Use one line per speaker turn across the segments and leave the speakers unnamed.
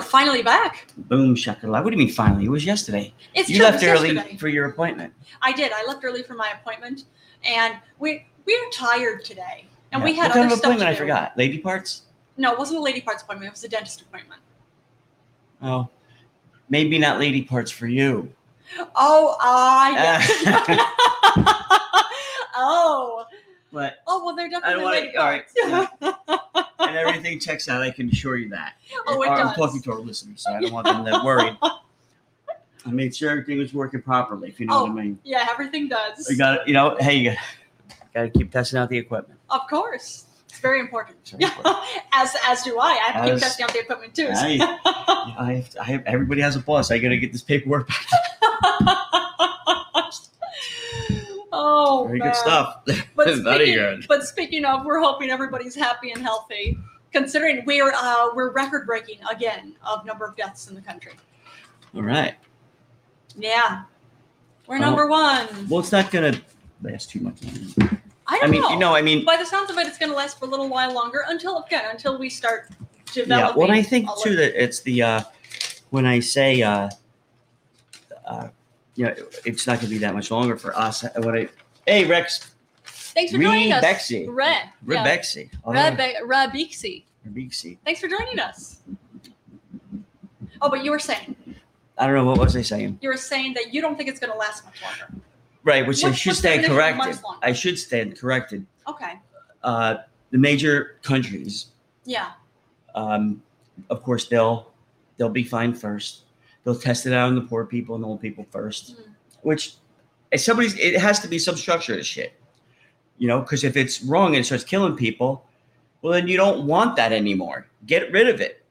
finally back.
Boom shakalaka. What do you mean finally? It was yesterday.
It's
you
true,
left
it was
early
yesterday.
for your appointment.
I did. I left early for my appointment, and we we're tired today, and we
Yeah.
had
what kind
other
of
stuff
appointment?
to
I
do.
forgot. Lady parts.
No, it wasn't a lady parts appointment. It was a dentist appointment.
Oh, maybe not lady parts for you.
Oh, I
Uh,
oh,
but
oh well, they're
I don't
definitely
want
lady
to. All
parts.
right. yeah. and everything checks out. I can assure you that.
Oh, it
I'm
does.
talking to our listeners, so I don't want them to worry. I made sure everything was working properly. If you know
Oh.
what I mean.
yeah, everything does.
You got to You know. Hey, you got to keep testing out the equipment.
Of course. It's very important.
It's very
Yeah. as as do I. I have to keep
As-
testing out the equipment too. so-
I, I, have, I have, everybody has a boss. I gotta get this paperwork back.
oh
Very
man.
good stuff.
But
Very
speaking,
good.
but speaking of, we're hoping everybody's happy and healthy. Considering we're uh, we're record breaking again of number of deaths in the country.
All right.
Yeah. We're
Oh.
number one.
Well, it's not gonna last too much. longer.
I don't
I mean,
know.
you know, I mean,
By the sounds of it, it's going to last for a little while longer until again until we start developing.
yeah. Well, I think
a
too
little-
that it's the uh, when I say uh, uh, you know, it's not gonna be that much longer for us. When I, hey Rex,
Thanks for joining us,
Rebexy.
Re. Yeah.
Rebexy,
Rebe- Rebexy.
Rebexy.
Thanks for joining us. Oh, but you were saying
I don't know what was I saying.
you were saying that you don't think it's going to last much longer.
Right, which I
What's-
should
what's the
stand
definition of
corrected.
much longer?
I should stand corrected.
Okay.
Uh, the major countries
Yeah.
um, of course they'll they'll be fine first they'll test it out on the poor people and the old people first
Mm.
which if somebody's it has to be some structure to shit you know because if it's wrong and it starts killing people well then you don't want that anymore get rid of it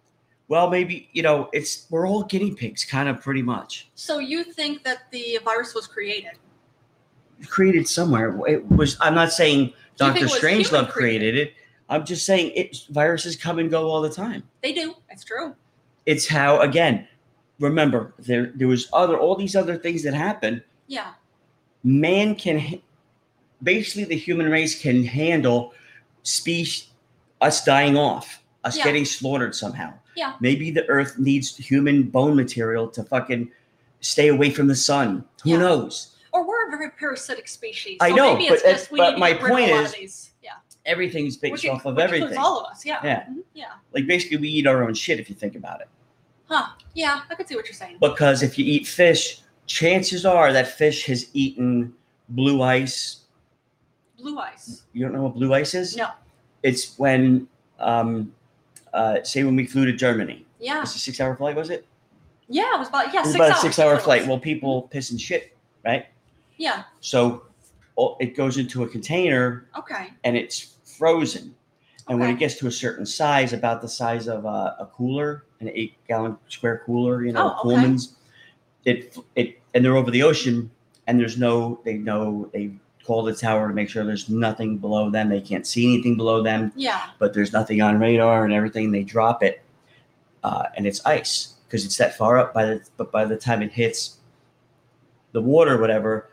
well maybe you know it's we're all guinea pigs kind of pretty much
So you think that the virus was created?
created somewhere it was i'm not saying
Do you
dr
think it was
strangelove
human
created it i'm just saying it viruses come and go all the time
They do. It's true.
it's how again remember there there was other all these other things that happen
Yeah.
man can h- basically the human race can handle speech us dying off us
Yeah.
getting slaughtered somehow
Yeah.
maybe the earth needs human bone material to fucking stay away from the sun who
Yeah.
knows
Or we're a very parasitic species.
I
so
know,
Maybe
but
it's just
that's-
we
but
need to
my
get rid of
point
a lot
is-
of these. Yeah.
everything's based
Which in-
off of
which
everything
Includes all of us. Yeah.
Yeah.
Mhm, Yeah.
like basically we eat our own shit if you think about it
Huh. Yeah. I could see what you're saying.
because if you eat fish chances are that fish has eaten blue ice
Blue ice.
You don't know what blue ice is?
No.
It's when, um, uh, say, when we flew to Germany.
Yeah.
It's a six hour flight, was it?
Yeah. It was about Ah. yeah
it was
six
about
hours.
a six hour
that's what it
flight.
was.
Well, people piss and shit, right?
Yeah.
So all- it goes into a container
Okay.
and it's frozen. And when
Okay.
it gets to a certain size, about the size of a, a cooler, an eight gallon square cooler, you know,
Oh, okay.
Coleman's, it, it, and they're over the ocean and there's no, they know, they call the tower to make sure there's nothing below them. They can't see anything below them.
Yeah.
but there's nothing on radar and everything. They drop it, uh, and it's ice because it's that far up. By the but by the time it hits the water, whatever,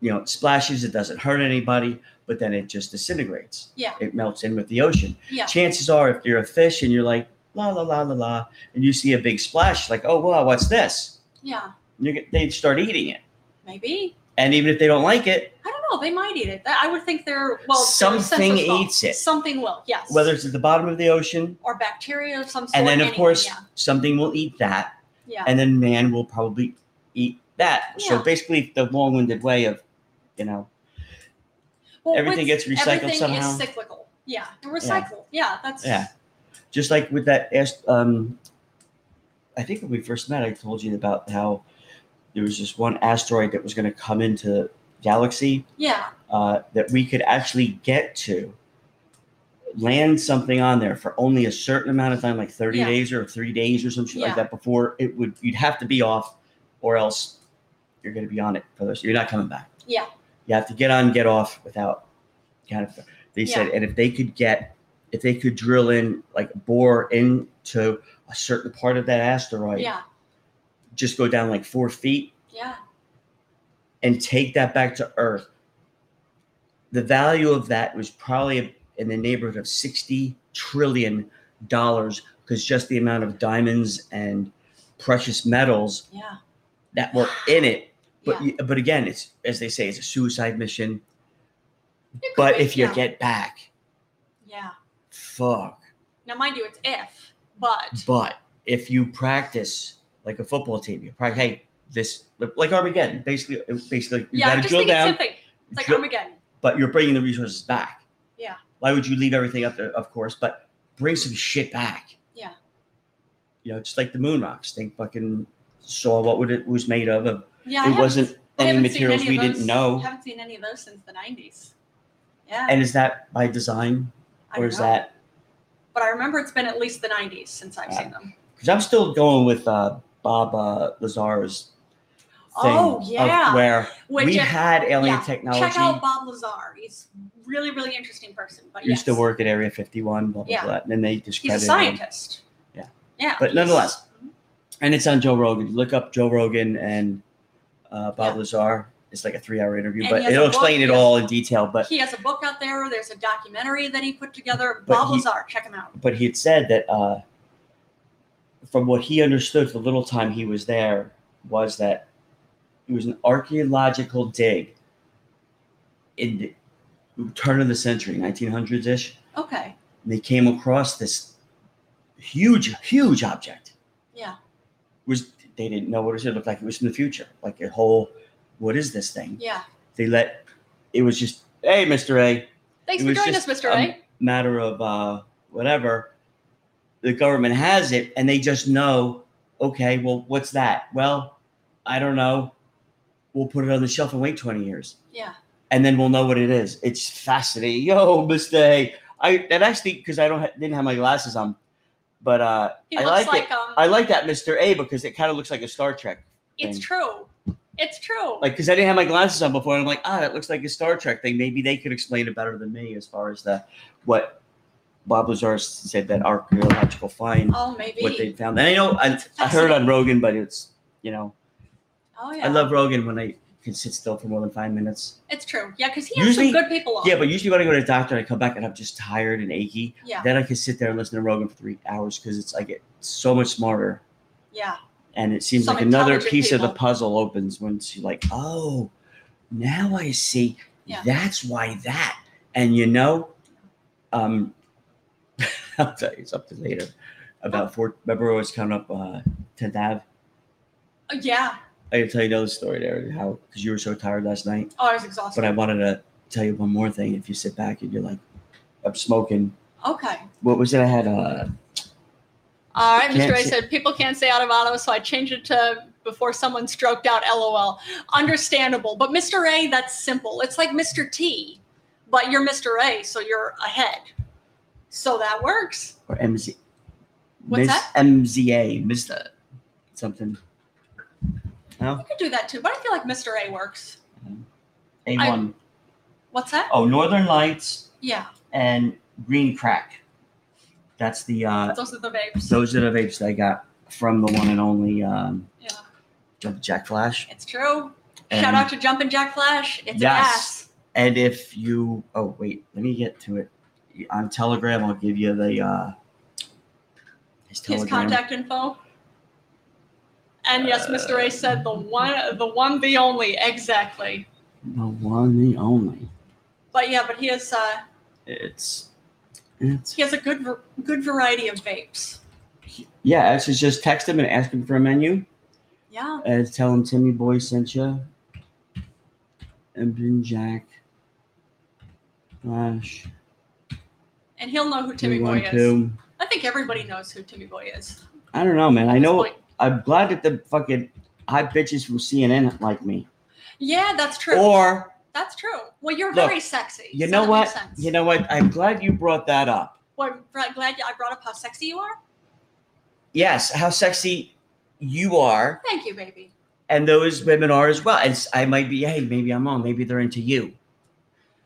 you know, it splashes. It doesn't hurt anybody, but then it just disintegrates.
Yeah.
It melts in with the ocean.
Yeah.
Chances are, if you're a fish and you're like la la la la la, and you see a big splash, like oh wow, what's this?
Yeah.
You get, they start eating it,
Maybe.
and even if they don't like it,
I don't know. They might eat it. I would think they're well.
Something
their senses will.
eats it.
Something will. Yes.
whether it's at the bottom of the ocean,
or bacteria of some sort.
and then of
anything,
course
Yeah.
something will eat that.
Yeah.
and then man will probably eat that. So
Yeah.
basically, the long-winded way of, you know,
Well,
everything
what's-
gets recycled
everything
somehow.
is cyclical. Yeah. And recycled. Yeah. That's.
Yeah. Just like with that, ast- um, I think when we first met, I told you about how there was this one asteroid that was going to come into galaxy
Yeah.
uh, that we could actually get to, land something on there for only a certain amount of time, like thirty
Yeah.
days or three days or some shit
Yeah.
like that. Before it would, you'd have to be off, or else you're going to be on it for those. You're not coming back.
Yeah.
you have to get on, get off without kind of. They
Yeah.
said, and if they could get, if they could drill in, like bore into a certain part of that asteroid,
Yeah.
just go down like four feet
Yeah.
and take that back to Earth. The value of that was probably in the neighborhood of sixty trillion dollars because just the amount of diamonds and precious metals
Yeah.
that were in it. But
yeah.
y but again, it's as they say, it's a suicide mission.
It could
But
be,
if you
yeah.
get back,
Yeah.
fuck.
Now, mind you, it's if, but
But if you practice like a football team, you practice. Hey, this like Armageddon. Basically, basically, you
yeah, I'm
got to
just
drill
thinking the
down.
same thing. It's like
drill-
Armageddon.
but you're bringing the resources back.
Yeah.
Why would you leave everything up there, of course, but bring some shit back?
Yeah.
You know, just like the moon rocks. They fucking saw what would it was made of. of
Yeah. I
it
haven't-
wasn't
I
any
haven't seen
materials
any
we
of
didn't
those-
know.
Haven't seen any of those since the 90s. Yeah.
And is that by design
I
or
don't
is
know.
that?
But I remember it's been at least the 90s since I've seen them.
Because I'm still going with uh, Bob uh, Lazar's thing.
Oh,
of
yeah.
where
Which
we
if-
had alien
yeah,
technology.
Check out Bob Lazar. He's really, really interesting person. But
used
yes,
to work at Area 51, blah, blah,
Yeah.
blah. And then they
He's a
discredited him.
scientist.
Yeah.
Yeah.
But
he's-
nonetheless. and it's on Joe Rogan. You look up Joe Rogan and uh, Bob
Yeah.
Lazar. It's like a three-hour interview,
And he
but
has a
it'll
book,
explain
he
it
has-
all in detail. But
he has a book out there. There's a documentary that he put together.
But
Bob
he-
Lazar, check him out.
but he had said that uh, from what he understood, the little time he was there was that it was an archaeological dig in the turn of the century, 1900s ish.
Okay.
And they came across this huge, huge object.
Yeah.
Was they didn't know what it was. It looked like it was from the future, like a whole. What is this thing?
Yeah.
they let it was just hey mr a
Thanks
It
for
was
joining us,
just,
Mr.
um,
A.
matter of uh whatever the government has it and they just know okay well what's that well i don't know we'll put it on the shelf and wait 20 years
Yeah.
and then we'll know what it is it's fascinating yo mr a i that actually because i don't ha- didn't have my glasses on but uh
He
I
looks
like
like um
i like that mr a because it kind of looks like a star trek
it's
thing.
true. It's true.
like because I didn't have my glasses on before, and I'm like, ah, that looks like a Star Trek thing. Maybe they could explain it better than me as far as the what Bob Lazar said that archaeological find,
oh maybe.
what they found. And I know I, I heard on Rogan, but it's you know
oh yeah.
I love Rogan when I can sit still for more than five minutes.
it's true. Yeah, because he has
Usually-
some good people on.
Yeah, but usually when I go to the doctor and I come back and I'm just tired and achy,
yeah,
then I can sit there and listen to Rogan for three hours because it's I get so much smarter.
yeah.
and it seems
Some
like another
intelligent
piece of the
people.
puzzle opens once you like oh now i see
Yeah.
that's why that and you know um i'll tell you something later about four remember what's coming up uh 10th ave
Uh, Yeah.
i gotta tell you another story there how because you were so tired last night
Oh, I was exhausted.
but i wanted to tell you one more thing if you sit back and you're like i'm smoking
okay.
what was it i had uh
All right, Mr.
Can't
A
say-
said people can't say Automato, so I changed it to before someone stroked out LOL. Understandable. But Mr. A, that's simple. It's like Mr. T, but you're Mr. A, so you're ahead. So that works.
or mz
What's
Miss
that? Uh,
mza mr something
You could do that too, but I feel like Mr. A works.
a1
What's that?
Oh, Northern Lights
Yeah,
and Green Crack. That's the uh
those are the babes.
those are the vapes that I got from the one and only um
Yeah,
Jump Jack Flash.
it's true.
And,
Shout out to Jumpin' Jack Flash. It's
Yes. and if you oh wait, let me get to it. On Telegram I'll give you the uh his
ass. His
telegram.
contact info. And yes,
Uh,
Mr. A said the one, the one, the only. Exactly.
The one the only.
But yeah, but he has uh,
It's it's
He has a good ver- good variety of vapes.
yeah, it's just text him and ask him for a menu.
Yeah.
and tell him Timmy Boy sent you. And then Jack. Flash.
And he'll know who Timmy
we
Boy
want
is.
to-
I think everybody knows who Timmy Boy is.
I don't know, man.
at
I
this
know.
point.
I'm glad that the fucking hot bitches from CNN like me.
Yeah, that's true.
Or
that's true. Well, you're
Look,
very sexy.
you
so
know
that
what?
makes sense.
You know what? I'm glad you brought that up.
Well, I'm br- glad I brought up how sexy you are.
Yes, how sexy you are,
Thank you, baby.
and those women are as well. And s- I might be, hey, maybe I'm wrong. Maybe they're into you.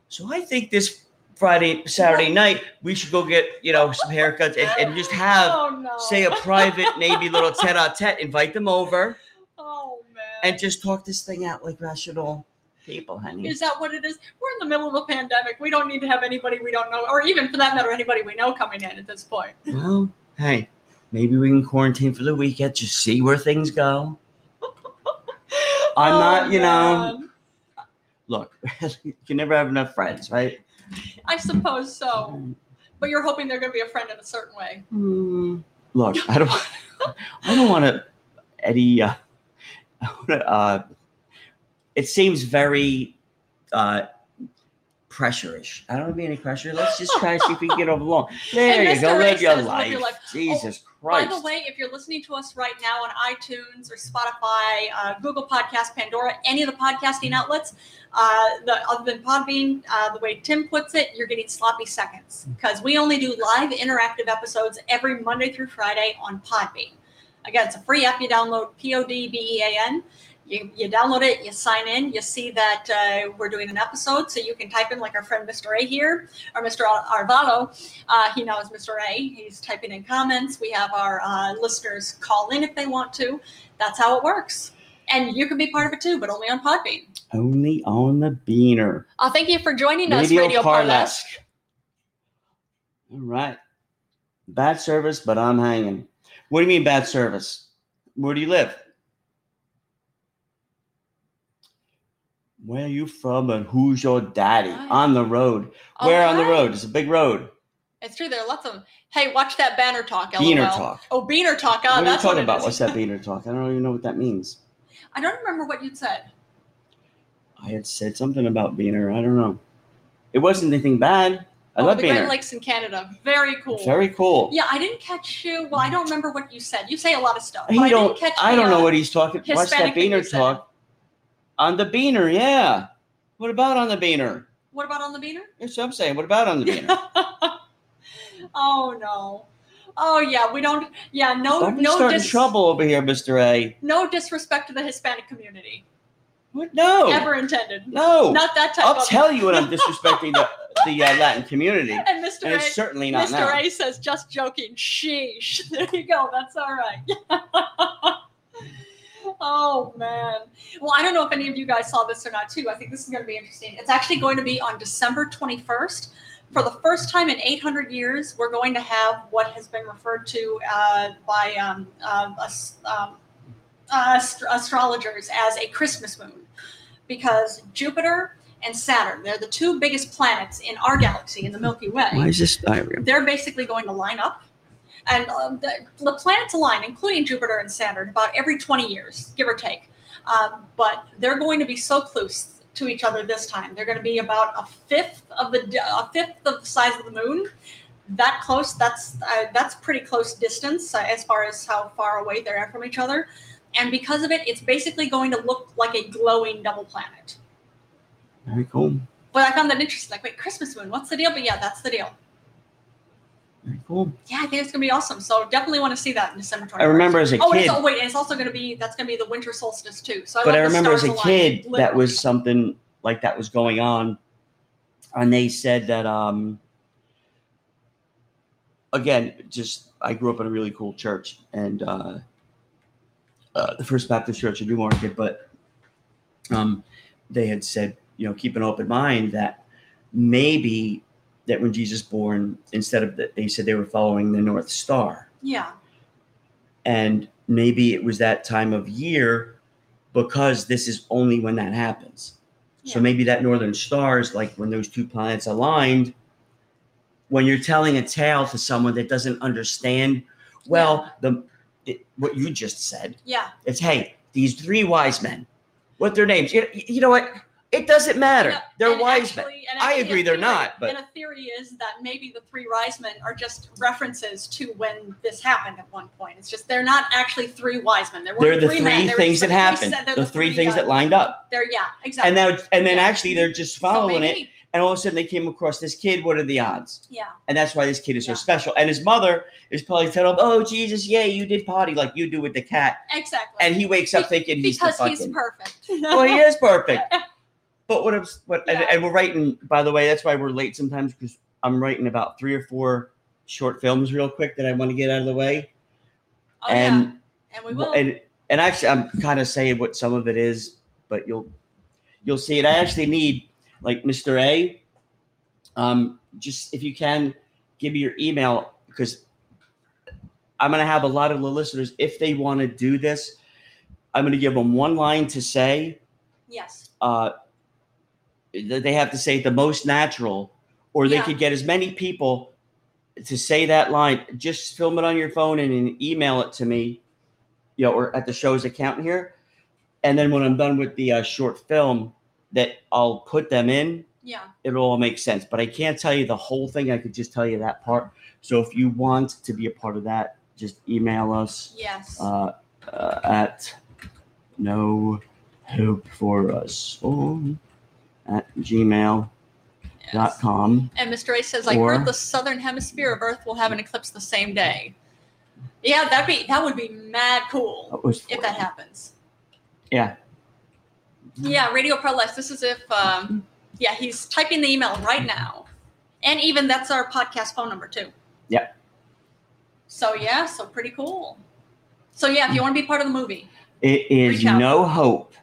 So I think this Friday, Saturday night, we should go get you know some haircuts and, and just have
oh no.
say a private, maybe little tete a tete, invite them over
oh man.
and just talk this thing out like rational people, honey.
is that what it is? We're in the middle of a pandemic. We don't need to have anybody we don't know, or even for that matter, anybody we know coming in at this point.
well, hey, Maybe we can quarantine for the weekend, just see where things go. I'm
Oh,
not, you know,
man.
look, you can never have enough friends, right?
I suppose so. But you're hoping they're going to be a friend in a certain way.
Hmm. Look, I don't, I don't want to, Eddie. Uh, I wanna, uh, it seems very uh, pressurish. I don't mean any pressure. Let's just try to see if we can get over along. There
And
you go.
Mr. Ray
Live your,
says, live your
life.
life. Oh,
Jesus Christ.
By the way, if you're listening to us right now on iTunes or Spotify, uh, Google Podcast, Pandora, any of the podcasting outlets, uh, the, other than Podbean, uh, the way Tim puts it, you're getting sloppy seconds because we only do live interactive episodes every Monday through Friday on Podbean. Again, it's a free app you download, P O D B E A N. You, you download it, you sign in, you see that uh, we're doing an episode, so you can type in like our friend Mr. A here or Mr. Ar- Arvalo. Uh, he knows Mr. A. He's typing in comments. We have our uh, listeners call in if they want to. That's how it works. And you can be part of it too, but only on Podbean.
Only on the beaner.
Uh, thank you for joining us,
Radio
Radio Parlask.
Parlask. All right. Bad service, but I'm hanging. What do you mean bad service? Where do you live? Where are you from and who's your daddy?
Right.
On the road. Where on the
Okay.
road? It's a big road.
It's true. There are lots of. Hey, watch that banner talk. LOL.
Beaner talk.
Oh, beaner talk. Ah,
what are you
that's what
talking
it
about?
is.
What's that beaner talk? I don't even know what that means.
I don't remember what you'd said.
I had said something about beaner. I don't know. It wasn't anything bad. I
oh,
love
the
beaner.
Great Lakes in Canada. Very cool.
Very cool.
Yeah, I didn't catch you. Well, I don't remember what you said. You say a lot of stuff.
He
but I
don't.
didn't catch
I
the,
don't
uh,
know what he's talking. What's
Hispanic
that
thing you
beaner
said.
talk? On the beaner, yeah. What about on the beaner?
What about on the beaner?
That's what I'm saying. What about on the beaner?
oh no. Oh yeah, we don't. Yeah, no,
Don't be
no,
starting
dis-
trouble over here, Mister A.
no disrespect to the Hispanic community,
What? No.
ever intended.
No.
Not that type
I'll
of.
tell you when I'm disrespecting the, the uh, Latin community,
and Mr.
and
A,
it's certainly not
Mr.
now.
A says, just joking. Sheesh. There you go. That's all right. oh man. Well, I don't know if any of you guys saw this or not too. I think this is going to be interesting. It's actually going to be on December 21st. For the first time in 800 years, we're going to have what has been referred to uh, by um, um, as- um, uh, astro- astrologers as a Christmas moon because Jupiter and Saturn, they're the two biggest planets in our galaxy, in the Milky Way
Why is this? I,
they're basically going to line up. And um, the, the planets align, including Jupiter and Saturn, about every 20 years, give or take. Um, but they're going to be so close to each other this time. They're going to be about a fifth of the d- a fifth of the size of the moon. That close. That's uh, that's pretty close distance uh, as far as how far away they are from each other. And because of it, it's basically going to look like a glowing double planet.
very cool.
But I found that interesting. Like, wait, Christmas moon, what's the deal? But yeah, that's the deal.
Very cool.
Yeah, I think it's gonna be awesome. So definitely want to see that in December. 21st.
I remember as a
Oh, and
kid.
it's, oh wait, and it's also gonna be that's gonna be the winter solstice too. So I
but
love
I
the
remember as
stars
a
aligned,
kid that
literally.
was something like that was going on, and they said that um. Again, just I grew up in a really cool church, and uh, uh, the First Baptist Church in Newmarket, but um, they had said, you know, keep an open mind that maybe that when Jesus born, instead of that, they said they were following the North Star
yeah,
and maybe it was that time of year because this is only when that happens so
Yeah.
maybe that northern star is like when those two planets aligned when you're telling a tale to someone that doesn't understand well the it, what you just said
yeah,
it's hey these three wise men what their names you, you know what it doesn't matter
Yeah,
they're
and
wise men
actually- and
I
actually a
agree they're
theory-
not, but-
and a theory is that maybe the three wise men are just references to when this happened at one point. It's just they're not actually three wise men. There were
they're the three,
men. They were
things
just
that
the three
happened
said they're
the three
uh,
things that lined up
They're yeah, exactly.
and now and then
Yeah.
actually they're just
So
following it
maybe-
and all of a sudden they came across this kid. What are the odds?
Yeah,
And that's why this kid is
Yeah.
so special. And his mother is probably telling him, "Oh Jesus, yeah, you did potty like you do with the cat."
exactly.
And he wakes up
Be-
thinking he's the
because
fucking.
he's perfect.
well, he is perfect. But what I'm what and,
Yeah.
and we're writing. By the way, that's why we're late sometimes because I'm writing about three or four short films real quick that I want to get out of the way.
oh,
and
yeah. and we will.
and and actually i'm kind of saying what some of it is but you'll you'll see it i actually need like mr a um just if you can give me your email because I'm going to have a lot of the listeners, if they want to do this, I'm going to give them one line to say.
Yes.
Uh, that they have to say it the most natural, or they
Yeah.
could get as many people to say that line. Just film it on your phone and, then email it to me, you know, or at the show's account here. And then when I'm done with the uh, short film, that I'll put them in
Yeah.
it'll all make sense. But I can't tell you the whole thing. I could just tell you that part. So if you want to be a part of that, just email us
Yes.
uh, uh, at no hope for us at gmail.com.
yes. And Mr. A says, I
Or-
heard the southern hemisphere of Earth will have an eclipse the same day. Yeah, that'd be that would be mad cool
That was
if that happens.
Yeah.
Yeah, Radio Pro Life. This is if um, yeah, he's typing the email right now. And even that's our podcast phone number too.
Yep.
So yeah, so pretty cool. So yeah, if you want to be part of the movie.
It is
Reach out.
no hope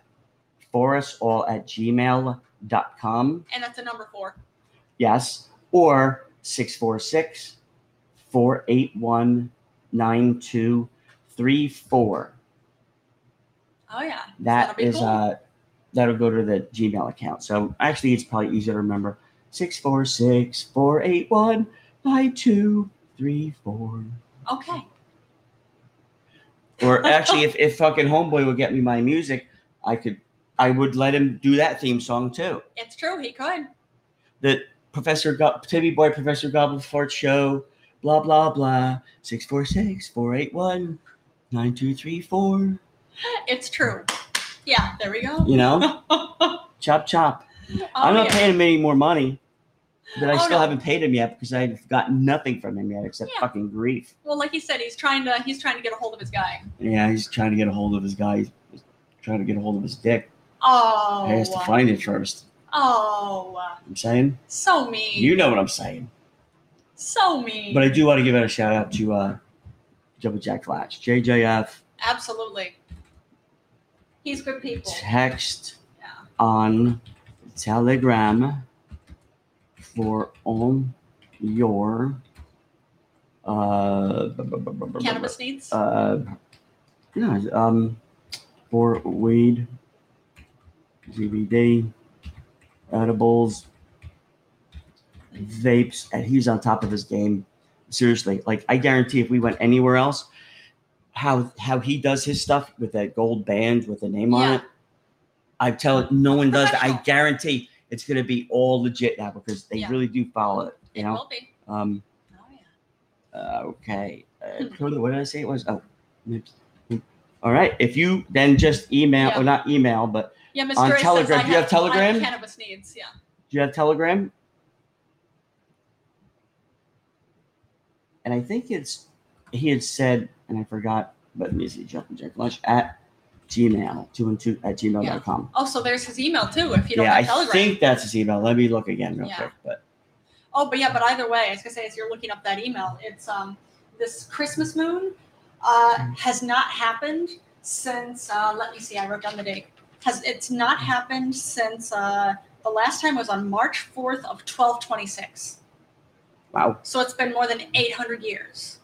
for us all at gmail.com.
And that's a number four.
Yes. Or 646 481 9234.
Oh yeah.
That
That'll be
is
cool.
uh that'll go to the Gmail account. So actually it's probably easier to remember. Six four six four eight one nine two three four.
Okay.
Or actually if, if fucking homeboy would get me my music, I could I would let him do that theme song too.
It's true, he could.
The Professor Go- Timmy Boy Professor Gobblefort show, blah blah blah. Six four six four eight one nine two three four.
It's true. Yeah, there we go.
You know? chop chop. I'm
Oh,
not
yeah.
paying him any more money that I
Oh,
still
no.
haven't paid him yet because I've got nothing from him yet except
Yeah.
fucking grief.
Well, like he said, he's trying to he's trying to get a hold of his guy.
Yeah, he's trying to get a hold of his guy. He's trying to get a hold of his dick.
Oh,
He has to find it first.
oh,
I'm saying,
so mean,
you know what I'm saying.
so mean.
But I do want to give out a shout out to uh, Double Jack Flash, JJF,
Absolutely, he's good people.
text
Yeah.
on Telegram for all your uh, bu- bu- bu- bu- bu- bu-
Cannabis needs.
uh, yeah, um, for weed, CBD, edibles, vapes, and he's on top of his game. Seriously, like I guarantee, if we went anywhere else, how how he does his stuff with that gold band with the name on
Yeah.
it, I tell it, no one does that. I
Professional.
guarantee it's going to be all legit now because they
Yeah.
really do follow it. You
it
know,
will be.
um,
Oh yeah.
uh, okay. Uh, Coda, what did I say it was? Oh, oops. all right. If you then just email
Yeah.
or not email, but
Yeah, Mr.
On
Ray says,
Telegram.
I
Do you have
I
Telegram?
cannabis needs. Yeah.
do you have Telegram? And I think it's he had said, and I forgot, but let me see, jumping jack lunch at gmail two and two at gmail.com.
Oh, so there's his email too. If you don't
yeah, I
have Telegram.
think that's his email. Let me look again real
Yeah.
quick. But
Oh, but yeah, but either way, I was gonna say as you're looking up that email, it's um this Christmas moon uh has not happened since uh let me see, I wrote down the date. Has it's not happened since uh the last time was on March fourth of twelve twenty six.
wow.
So it's been more than eight hundred years.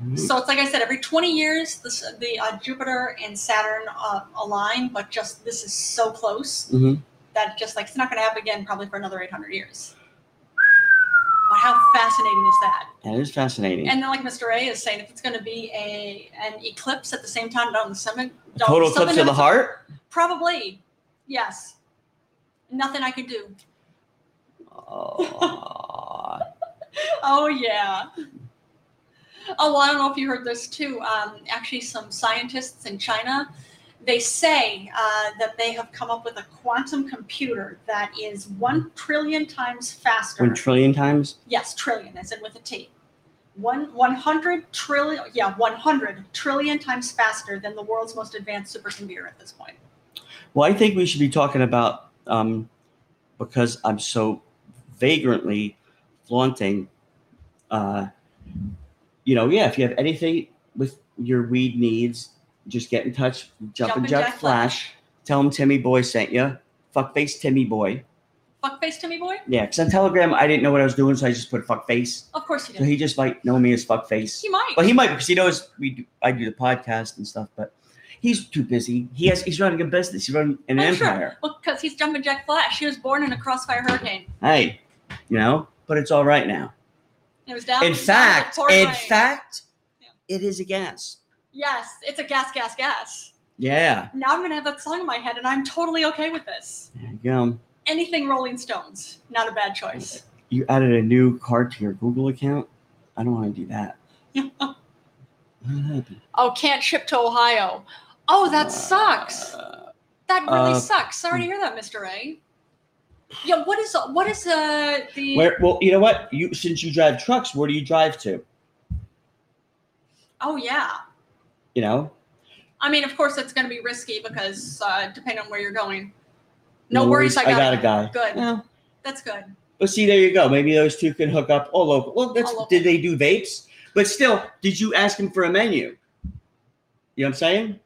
Mm-hmm.
So it's like I said, every twenty years, this, the uh, Jupiter and Saturn uh, align, but just this is so close
Mhm.
that just like it's not going to happen again probably for another eight hundred years. But how fascinating is that?
That is fascinating.
And then, like Mr. A is saying, if it's going to be a an eclipse at the same time down the summit,
A Total eclipse of the heart?
probably, yes. Nothing I could do.
Oh.
Oh yeah. Oh, well, I don't know if you heard this too. Um, actually, some scientists in China, they say uh, that they have come up with a quantum computer that is one trillion times faster.
One trillion times?
yes, trillion, as in with a T. One one hundred trillion, yeah, one hundred trillion times faster than the world's most advanced supercomputer at this point.
Well, I think we should be talking about um, because I'm so vagrantly flaunting. Uh, you know, yeah. If you have anything with your weed needs, just get in touch. Jump and Jack, Flash. Tell him Timmy Boy sent you. Fuckface Timmy Boy.
fuckface Timmy boy?
Yeah, because on Telegram I didn't know what I was doing, so I just put fuckface.
Of course you
So
did.
he just might know me as fuckface.
He might.
Well, he might because he knows we do, I do the podcast and stuff, but he's too busy. He has he's running a business. He's running an
Oh, sure.
empire.
Well, because he's jumping Jack Flash. He was born in a crossfire hurricane.
Hey, you know, but it's all right now.
It was down.
in
down that
fact,
poor
in
lane.
fact,
Um, Yeah.
it is a gas.
Yes, it's a gas, gas, gas.
Yeah,
Now I'm gonna have that song in my head, and I'm totally okay with this.
there you go.
Anything Rolling Stones, not a bad choice.
You added a new card to your Google account. I don't want to do that. What happened?
Oh, can't ship to Ohio. Oh, that sucks.
Uh,
That really
uh,
sucks. Sorry to hear that, Mr. A. Yeah, what is what is uh, the
where? Well, you know what? You since you drive trucks, where do you drive to?
Oh yeah.
You know,
I mean, of course, it's going to be risky because uh, depending on where you're going. No, worries, I got,
a guy.
Good.
Well,
That's good.
But see, there you go. Maybe those two can hook up all local. Well, that's
All local.
did they do vapes? But still, did you ask him for a menu? You know what I'm saying?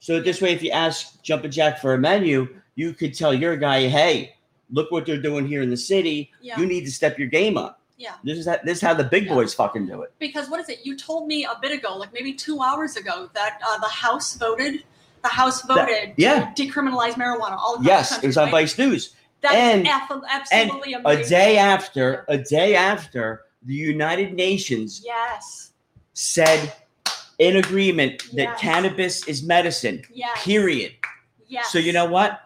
So this way, if you ask Jumpin' Jack for a menu, you could tell your guy, "Hey, look what they're doing here in the city.
Yeah.
You need to step your game up.
Yeah.
This is how, this is how the big
Yeah.
boys fucking do it.
Because what is it? You told me a bit ago, like maybe two hours ago, that uh, the House voted. The House voted
yeah.
to decriminalize marijuana all across the
Yes,
country.
it was on
right?
Vice News.
That is
and-
aff- absolutely
A
amazing.
day after, a day after, the United Nations
Yes.
said in agreement that
Yes.
cannabis is medicine.
Yes.
Period.
Yes.
So you know what?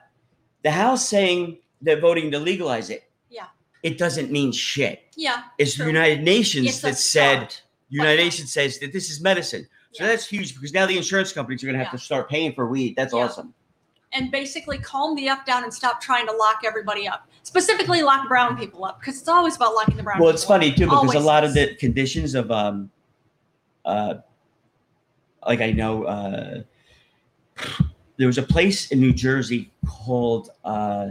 The House saying they're voting to legalize it.
Yeah.
It doesn't mean shit.
Yeah.
It's the
True.
United Nations
It's a
that said
start.
United
Okay.
Nations says that this is medicine. So
Yeah.
that's huge because now the insurance companies are going to have
Yeah.
to start paying for weed. That's
Yeah.
awesome.
and basically calm the f down and stop trying to lock everybody up. Specifically, lock brown people up because it's always about locking the brown.
Well,
people
it's funny too because a
Always
lot of
is.
the conditions of um uh like I know uh there was a place in New Jersey called uh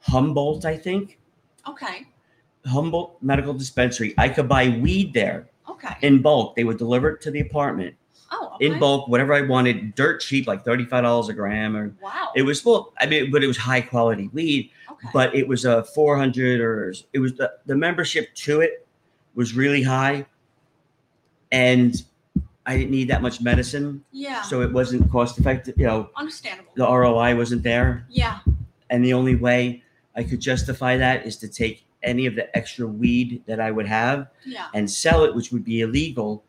Humboldt, I think.
Up. Okay.
Humboldt Medical Dispensary. I could buy weed there
Okay.
in bulk. They would deliver it to the apartment
Oh, okay.
in bulk, whatever I wanted, dirt cheap, like thirty-five dollars a gram, or
Wow.
it was well, I mean, but it was high quality weed.
okay.
But it was a four hundred or it was the, the membership to it was really high, and I didn't need that much medicine,
yeah.
so it wasn't cost effective. You know,
understandable.
the ROI wasn't there.
yeah.
And the only way I could justify that is to take any of the extra weed that I would have
Yeah.
and sell it, which would be illegal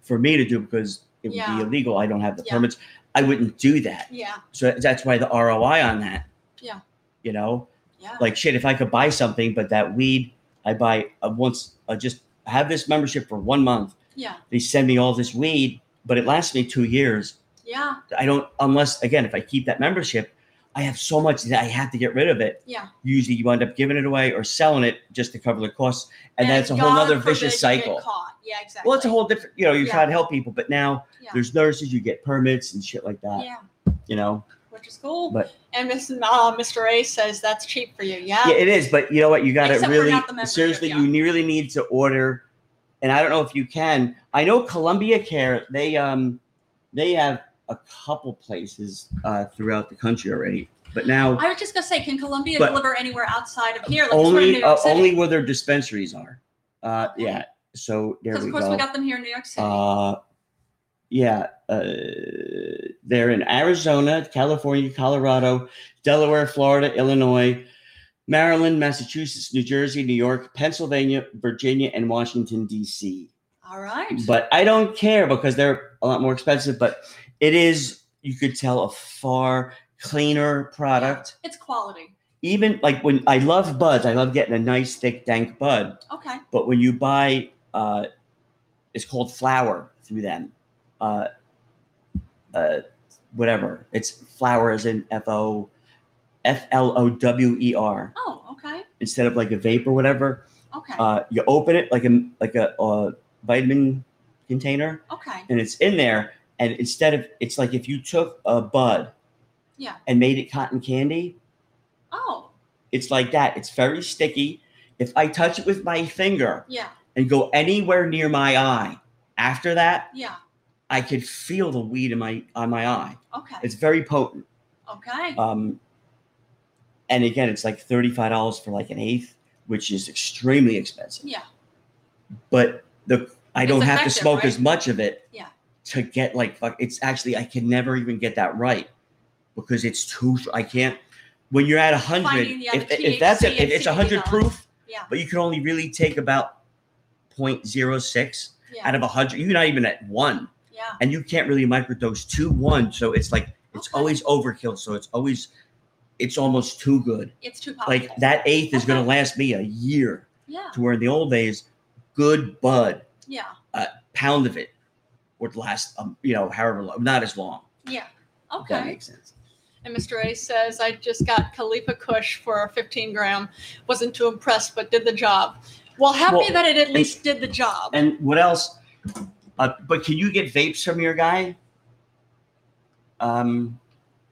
for me to do because it would
Yeah.
be illegal. I don't have the
Yeah.
permits. I wouldn't do that.
Yeah.
So that's why the ROI on that.
Yeah.
You know,
Yeah.
like shit, if I could buy something, but that weed I buy uh, once, I just have this membership for one month.
yeah.
They send me all this weed, but it lasts me two years.
Yeah.
I don't, unless again, if I keep that membership, I have so much that I have to get rid of it.
Yeah.
Usually you end up giving it away or selling it just to cover the costs. And, that's a whole
God
nother
forbid
vicious
you get
cycle.
caught. Yeah. Exactly.
Well, it's a whole different, you know, you
Yeah.
try to help people, but now
Yeah.
there's nurses, you get permits and shit like that,
Yeah.
you know?
Which is cool.
But-
and Miss, uh, Mr. A says that's cheap for you. Yeah.
Yeah, it is, but you know what? You got to
Oh. Except for
really,
not the membership,
seriously,
yeah.
you really need to order. And I don't know if you can. I know Columbia Care, they, um, they have a couple places uh, throughout the country already, but now
I was just gonna say, can Columbia
But-
deliver anywhere outside of here? Like it's in New
only uh,
York City.
only where their dispensaries are. Uh,
Okay.
yeah. So there
Because
we
of course
go.
we got them here in New York City.
uh, yeah, uh, they're in Arizona, California, Colorado, Delaware, Florida, Illinois, Maryland, Massachusetts, New Jersey, New York, Pennsylvania, Virginia, and Washington D.C.
All right.
But I don't care because they're a lot more expensive. But it is you could tell a far cleaner product
It's quality.
even like when I love buds, I love getting a nice thick dank bud.
Okay.
But when you buy, uh, it's called flower through them, uh, uh, whatever. It's flower as in F O F L O W E R
Oh, okay.
instead of like a vape or whatever.
Okay.
Uh, you open it like a like a uh, vitamin container,
okay.
and it's in there. And instead of it's like if you took a bud,
Yeah.
and made it cotton candy,
Oh,
It's like that. It's very sticky. If I touch it with my finger
yeah.
and go anywhere near my eye, after that,
Yeah.
I could feel the weed in my on my eye.
Okay.
uh, It's very potent.
Okay.
Um, And again, it's like $35 for like an eighth, which is extremely expensive.
Yeah.
But the I don't
It's
have to
effective,
smoke
right?
as much of it.
Yeah.
To get like fuck, it's actually I can never even get that right because it's too I can't when you're at 100
Finding, yeah,
if,
the
if that's it,
THC
if
and
it's 100
CBD
proof,
Yeah.
but you can only really take about 0.06
Yeah.
out of 100. You're not even at 1
Yeah.
and you can't really microdose two one so it's like it's
Okay.
always overkill so it's always it's almost too good
It's too powerful.
like that eighth is going to
Okay.
last me a year
Yeah.
to where in the old days good bud
Yeah.
pound of it would last um, you know however long not as long
Yeah.
if that
Okay.
makes sense
And Mr. A says, I just got Khalifa Kush for 15 gram. Wasn't too impressed, but did the job. Well, happy
Well,
that it at least did the job.
and what else uh, but can you get vapes from your guy um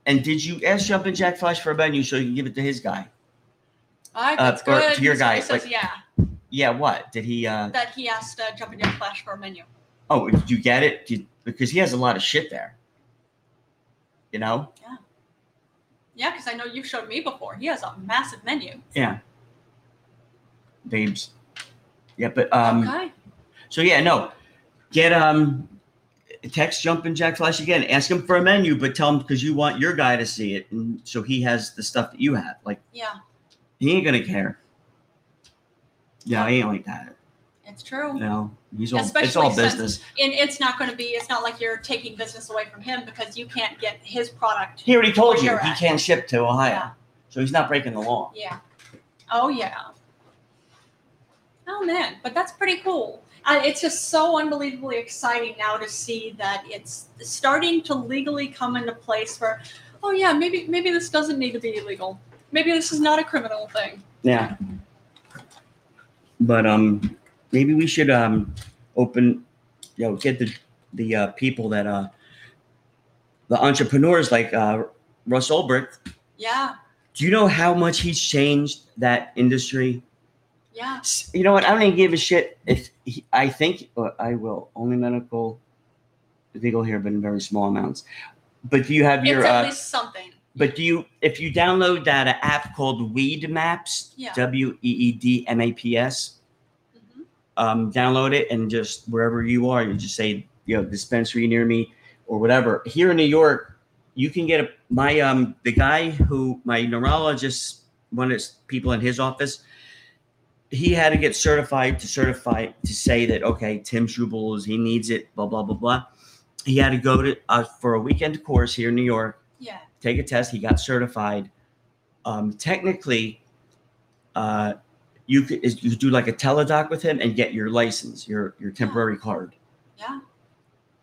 and did you ask jumping jack flash for a menu so you can give it to his guy
All right,
uh,
that's
or
good.
to your
Mr. A
guy,
says,
like-
yeah,
yeah what did he uh
that he asked uh, Jumping Jack Flash for a menu.
Oh, did you get it? Did, because he has a lot of shit there. You know?
Yeah, because I know you've showed me before. He has a massive menu.
Yeah. Babes. Yeah, but um
okay.
so yeah, no. Get um text jumping Jack Flash again. Ask him for a menu, but tell him because you want your guy to see it and so he has the stuff that you have. Like
Yeah,
he ain't gonna care. Yeah, he ain't like that.
it's true.
You know, he's all it's
Especially
all
since-
business.
And it's not going to be, it's not like you're taking business away from him because you can't get his product.
He already told you
Where
he
at.
can't ship to Ohio.
Yeah.
So he's not breaking the law.
Yeah. Oh yeah. Oh man, but that's pretty cool. Uh, it's just so unbelievably exciting now to see that it's starting to legally come into place where, oh yeah, maybe maybe this doesn't need to be illegal. Maybe this is not a criminal thing.
Yeah. But um, maybe we should um, open, you know, get the the uh, people that uh, the entrepreneurs like uh, Russ Ulbricht.
Yeah,
Do you know how much he's changed that industry?
yeah,
S- You know what? I don't even give a shit if he, I think uh, I will only medical legal here, but in very small amounts. But do you have your
it's at
uh,
least something.
but do you, if you download that uh, app called Weed Maps,
Yeah.
W E E D M A P S,
hmm
um, download it and just wherever you are, you just say, you know, dispensary near me or whatever. Here in New York, you can get a, my, um, the guy who, my neurologist, one of his people in his office, he had to get certified to certify to say that, okay, Tim Schubel is, he needs it, blah, blah, blah, blah. He had to go to, uh, for a weekend course here in New York
Yeah,
take a test. He got certified. Um, technically, uh, you could is- you do like a teledoc with him and get your license, your your temporary card.
yeah,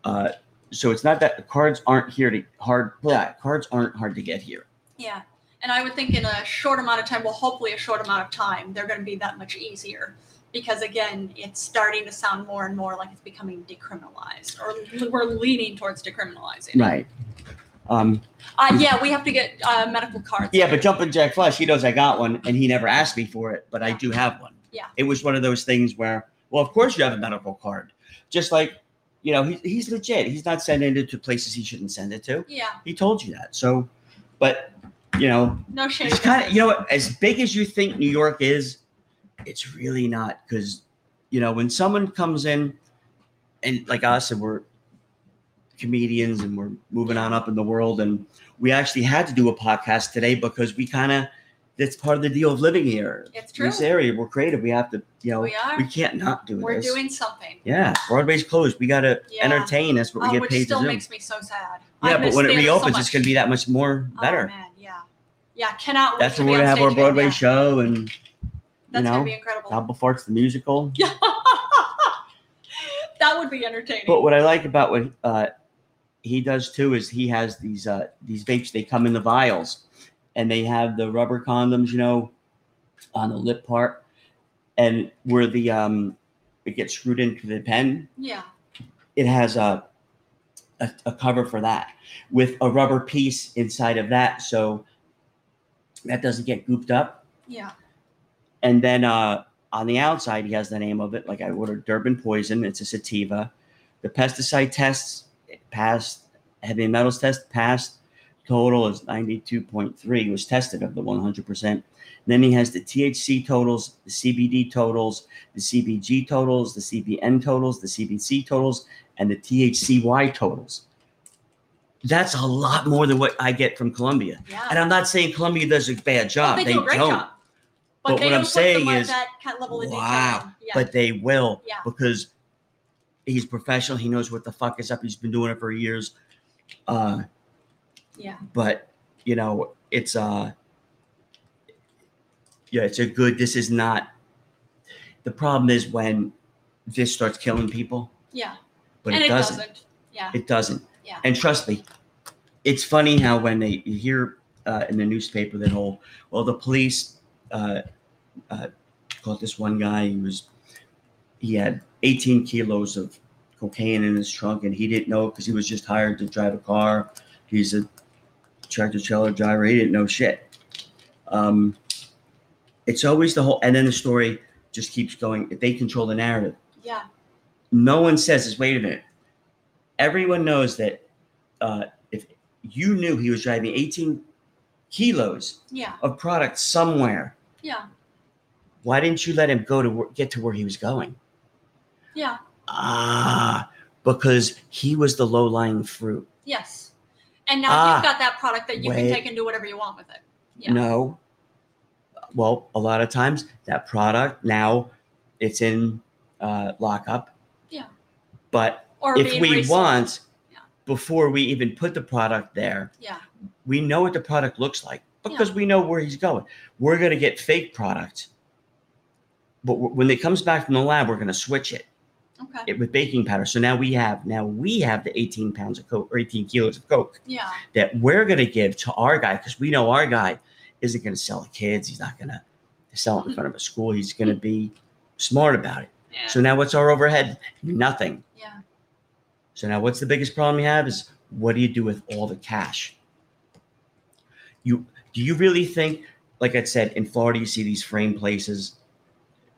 Uh, so it's not that the cards aren't here to hard. Blah, cards aren't hard to get here.
yeah. And I would think in a short amount of time, well, hopefully a short amount of time, they're going to be that much easier. Because again, it's starting to sound more and more like it's becoming decriminalized, or we're leaning towards decriminalizing. it.
Right. Um,
Uh, yeah, we have to get uh, medical cards.
yeah, but jumping Jack Flash, he knows I got one, and he never asked me for it, but I do have one.
Yeah.
It was one of those things where, well, of course you have a medical card, just like, you know, he, he's legit. He's not sending it to places he shouldn't send it to.
Yeah,
He told you that. So, but you know,
no shame.
it's kind of you know what, as big as you think New York is, it's really not because you know when someone comes in and like us and we're comedians and we're moving on up in the world and we actually had to do a podcast today because we kind of that's part of the deal of living here.
It's true.
This area, we're creative. We have to, you know,
We are.
we can't not do
We're
this.
doing something.
yeah, Broadway's closed. We got to
Yeah.
entertain. That's what
Uh,
we get
which
paid to
still
do.
makes me so sad. I
Yeah, but
miss
when it
theater so
reopens, it's
much.
going to be that much more
Oh,
better.
man, yeah, yeah. Cannot. wait
That's
to
when
be
we're
on
going to have
stage
our
again,
Broadway
yeah.
show and, you
That's
know,
gonna be incredible.
Alba Farts the musical.
that would be entertaining.
But what I like about what uh, he does too is he has these uh, these vapes. They come in the vials, and they have the rubber condoms, you know, on the lip part, and where the um it gets screwed into the pen.
yeah,
It has a a, a cover for that with a rubber piece inside of that, so that doesn't get gooped up.
yeah,
And then uh, on the outside, he has the name of it. Like I ordered Durban Poison. It's a sativa. The pesticide tests passed. Heavy metals test passed. total is 92.3 was tested of the 100%. Then he has the THC totals, the CBD totals, the CBG totals, the CBN totals, the CBC totals, and the THCY totals. That's a lot more than what I get from Columbia.
Yeah.
And I'm not saying Columbia does a bad job.
they,
they
do a great
don't.
job.
But
they
what
don't
I'm
put
saying
them at
is,
that kind of level of
wow,
detail. Yeah.
But they will
Yeah.
because he's professional. He knows what the fuck is up. He's been doing it for years. Uh,
yeah.
but you know it's uh yeah it's a good this is not the problem is when this starts killing people
Yeah.
but
and
it, doesn't.
Yeah.
it doesn't
Yeah.
and trust me it's funny how when they you hear uh, in the newspaper that whole well the police uh, uh, caught this one guy he was he had 18 kilos of cocaine in his trunk and he didn't know because he was just hired to drive a car he's a tractor trailer driver he didn't know shit um, it's always the whole and then the story just keeps going if they control the narrative
Yeah.
no one says this. Wait a minute. Everyone knows that uh, if you knew he was driving 18 kilos
Yeah.
of product somewhere,
Yeah.
why didn't you let him go to wh- get to where he was going?
Yeah.
Ah, because he was the low lying fruit.
Yes. And now
Ah.
you've got that product that you can
Wait.
take and do whatever you want with it. Yeah.
No. Well, a lot of times that product now it's in uh, lockup.
Yeah.
But
Or
if
being
we
resold.
want,
Yeah.
before we even put the product there,
Yeah.
we know what the product looks like because we know where he's going. We're going to get fake product, but w- when it comes back from the lab, we're going to switch it,
Okay.
it with baking powder. So now we have now we have the 18 pounds of coke or 18 kilos of coke
Yeah.
that we're going to give to our guy because we know our guy isn't going to sell to kids. He's not going to sell it in front of a school. He's going to be smart about it.
Yeah.
So now what's our overhead? Nothing.
yeah.
So now what's the biggest problem you have is what do you do with all the cash? You do you really think like I said in Florida you see these frame places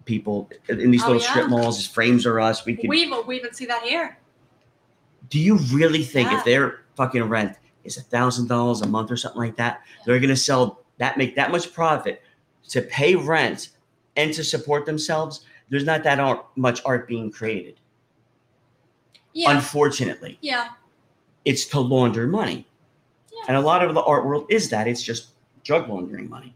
people in these
Oh,
little
yeah.
strip malls as frames are us we can
We even, we even see that here.
do you really think
Yeah.
if their fucking rent is a thousand dollars a month or something like that they're gonna sell that make that much profit to pay rent and to support themselves there's not that art, much art being created
Yeah.
unfortunately
yeah.
it's to launder money.
Yeah.
And a lot of the art world is that it's just drug laundering money.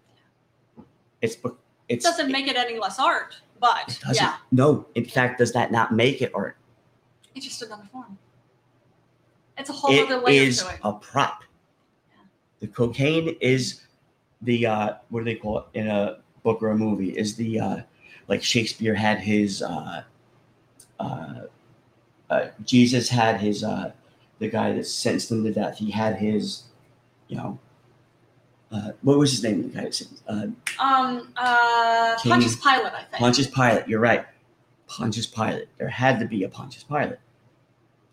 It's be-
It
it's
doesn't make it any less art, but
it doesn't-
yeah,
no. In fact, does that not make it art?
it's just another form. It's a whole other
it
layer
is
to it.
a prop. The cocaine is the uh, what do they call it in a book or a movie? Is the uh, like Shakespeare had his uh, uh, uh, Jesus had his uh, the guy that sentenced him to death. He had his, you know, uh, what was his name? The guy that sentenced- uh,
Um, uh,
King-
Pontius Pilate, I think.
Pontius Pilate. You're right. Pontius Pilate. There had to be a Pontius Pilate.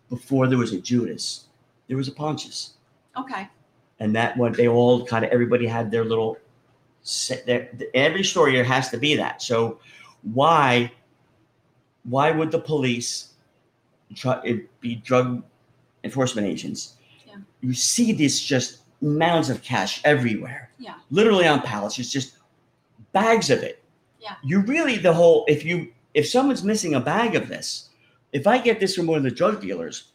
Before there was a Judas, there was a Pontius.
Okay.
and that one they all kind of everybody had their little set their every story there has to be that so why why would the police try it be drug enforcement agents
Yeah.
you see this just mounds of cash everywhere
Yeah.
literally on pallets it's just bags of it
Yeah.
you really the whole if you if someone's missing a bag of this if i get this from one of the drug dealers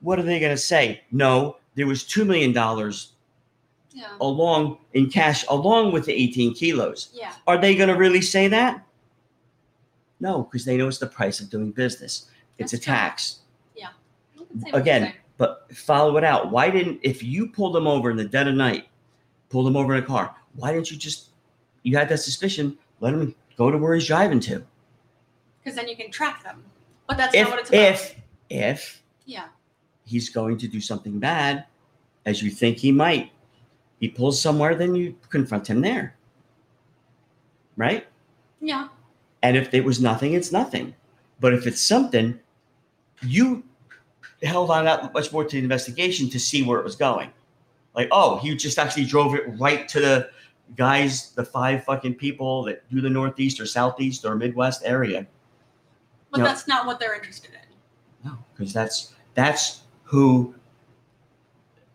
what are they going to say? No, there was $2 million
Yeah.
along in cash along with the 18 kilos.
Yeah.
Are they going to really say that? No, because they know it's the price of doing business. It's
That's
a
true.
tax.
You can say what you
Again,
say.
but follow it out. Why didn't, if you pulled them over in the dead of night, pulled them over in a car, why didn't you just, you had that suspicion, let him go to where he's driving to?
because then you can track them. But that's
If,
not what it's about.
if, if
yeah,
he's going to do something bad, as you think he might. He pulls somewhere, then you confront him there. Right?
yeah,
And if it was nothing, it's nothing. But if it's something, you held on that much more to the investigation to see where it was going. Like, oh, he just actually drove it right to the guys, the five fucking people that do the Northeast or Southeast or Midwest area.
but
No.
that's not what they're interested in.
No, because that's that's who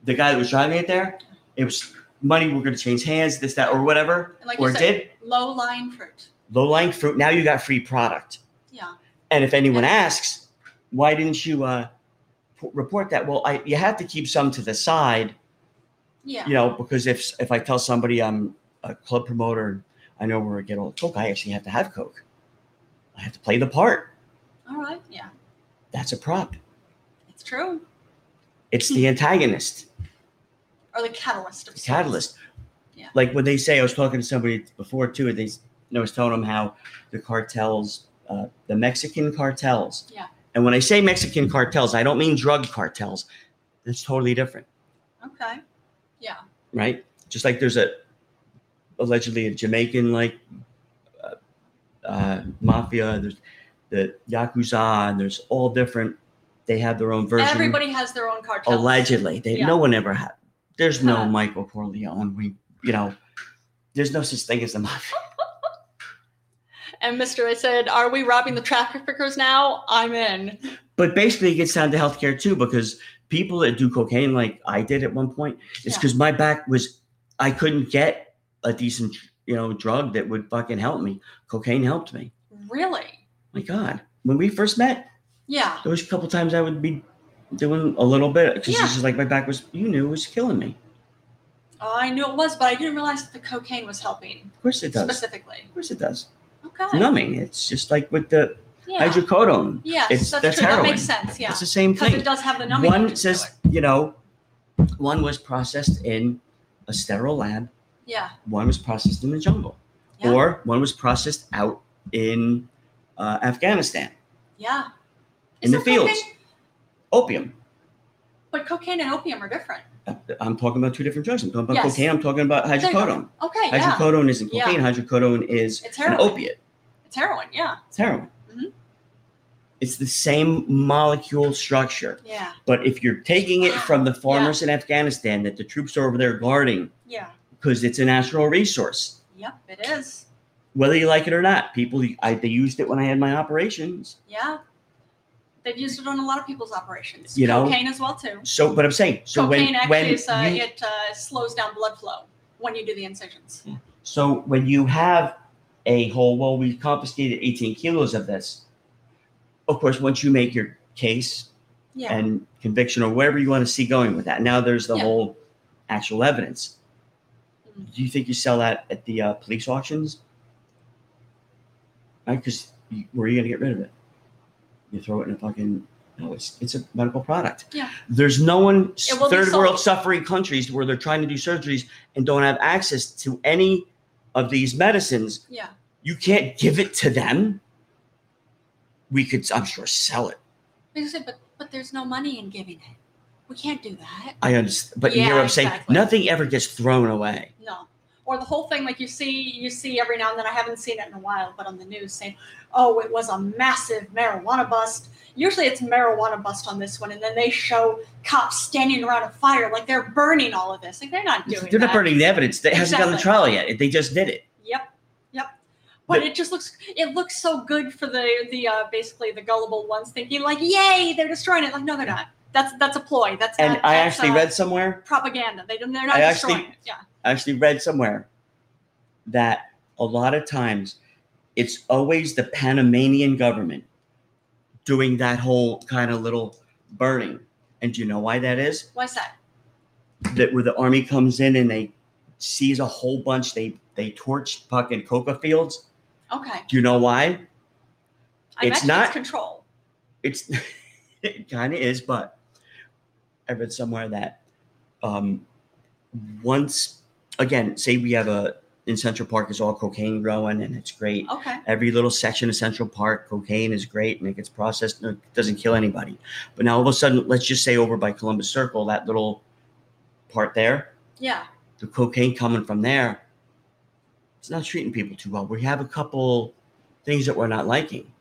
the guy that was driving it there. It was money we're going to change hands, this, that, or whatever,
And like
or
you said,
did
low lying fruit.
low lying fruit. Now you got free product.
Yeah.
And if anyone
Yeah.
asks, why didn't you uh, p- report that? Well, I, you have to keep some to the side,
Yeah.
you know, because if if I tell somebody I'm a club promoter, and I know where I get all the coke. I actually have to have coke. I have to play the part.
All right. Yeah.
That's a prop.
It's true.
It's
Hmm.
the antagonist.
Or the catalyst of
the
sorts.
catalyst.
Yeah.
Like when they say, I was talking to somebody before too, and they, s- and I was telling them how the cartels, uh, the Mexican cartels.
Yeah.
And when I say Mexican cartels, I don't mean drug cartels. It's totally different,
Okay. Yeah.
right? Just like there's a allegedly a Jamaican like uh, uh, mafia. There's the yakuza, and there's all different. They have their own version.
Everybody has their own cartel.
allegedly they
Yeah. Uh-huh.
no one ever had there's no
Huh.
michael corleone we you know there's no such thing as the mafia
And Mr. I said, Are we robbing the traffickers now? I'm in.
but basically it gets down to healthcare too because people that do cocaine like i did at one point it's
Yeah.
because my back was i couldn't get a decent you know drug that would fucking help me cocaine helped me
Really?
my god when we first met
Yeah.
there was a couple times i would be doing a little bit because
Yeah.
it's just like my back was you knew it was killing me
Oh, I knew it was, but I didn't realize that the cocaine was helping
of course it does
specifically.
of course it does
Okay.
numbing it's just like with the
yeah.
hydrocodone
yes,
it's-
that's,
that's
true. That
heroin.
makes sense. Yeah.
It's the same
Because it
thing.
does have the numbing.
One
agent to
says,
it.
you know, one was processed in a sterile lab,
Yeah.
one was processed in the jungle,
Yeah.
or one was processed out in uh, Afghanistan,
Yeah.
in
Isn't
the
cocaine-
fields. Opium.
But cocaine and opium are different.
I'm talking about two different drugs. I'm talking about
Yes.
cocaine, I'm talking about
you go.
hydrocodone.
Okay. Yeah.
Hydrocodone isn't
Yeah.
cocaine, hydrocodone is
It's
an
heroin.
opiate.
It's heroin. Yeah.
It's heroin.
Mhm.
It's the same molecule structure.
Yeah.
But if you're taking it from the farmers in Afghanistan that the troops are over there guarding
Yeah.
because it's a natural resource,
Yep. It is.
whether you like it or not. People, I, they used it when I had my operations.
Yeah. They've used it on a lot of people's operations.
You know?
cocaine as well too.
So, but I'm saying, so
cocaine
when,
actually
when
is, uh,
you,
it uh, slows down blood flow when you do the incisions.
Mm. so when you have a whole, well, we confiscated 18 kilos of this. Of course, once you make your case
Yeah.
and conviction or wherever you want to see going with that, now there's the
Yeah.
whole actual evidence.
Mm.
Do you think you sell that at the uh, police auctions? Right, because where are you going to get rid of it? You throw it in a fucking. No, it's it's a medical product.
Yeah.
There's no one s-
It will be
third world
sold.
suffering countries where they're trying to do surgeries and don't have access to any of these medicines.
yeah.
You can't give it to them. We could, I'm sure, sell it.
Like I said, but but there's no money in giving it. We can't do that.
I understand, but you
Yeah,
hear what I'm
exactly.
saying? Nothing ever gets thrown away.
No. Or the whole thing, like you see, you see every now and then. I haven't seen it in a while, but on the news saying, "Oh, it was a massive marijuana bust." Usually, it's marijuana bust on this one, and then they show cops standing around a fire like they're burning all of this. Like they're not doing.
They're
that.
not burning the evidence. That hasn't gotten the
Exactly.
trial yet. They just did it.
Yep, yep. But
The-
it just looks it looks so good for the the uh, basically the gullible ones thinking like, "Yay, they're destroying it!" Like, no, they're not. That's that's a ploy. That's
And
not,
I
that's,
actually
uh,
read somewhere,
propaganda. They don't. They're not
I actually-
destroying it. Yeah.
I actually read somewhere that a lot of times it's always the Panamanian government doing that whole kind of little burning. And do you know why that is?
Why's that?
That where the army comes in and they seize a whole bunch, they they torch fucking coca fields.
Okay.
Do you know why?
I
It's
imagine
not-
it's control.
it's it kind of is, but I read somewhere that um, once again, say we have a in Central Park is all cocaine growing and it's great.
Okay.
Every little section of Central Park, cocaine is great and it gets processed and it doesn't kill anybody. But now all of a sudden, let's just say over by Columbus Circle, that little part there,
Yeah.
the cocaine coming from there, it's not treating people too well. We have a couple things that we're not liking.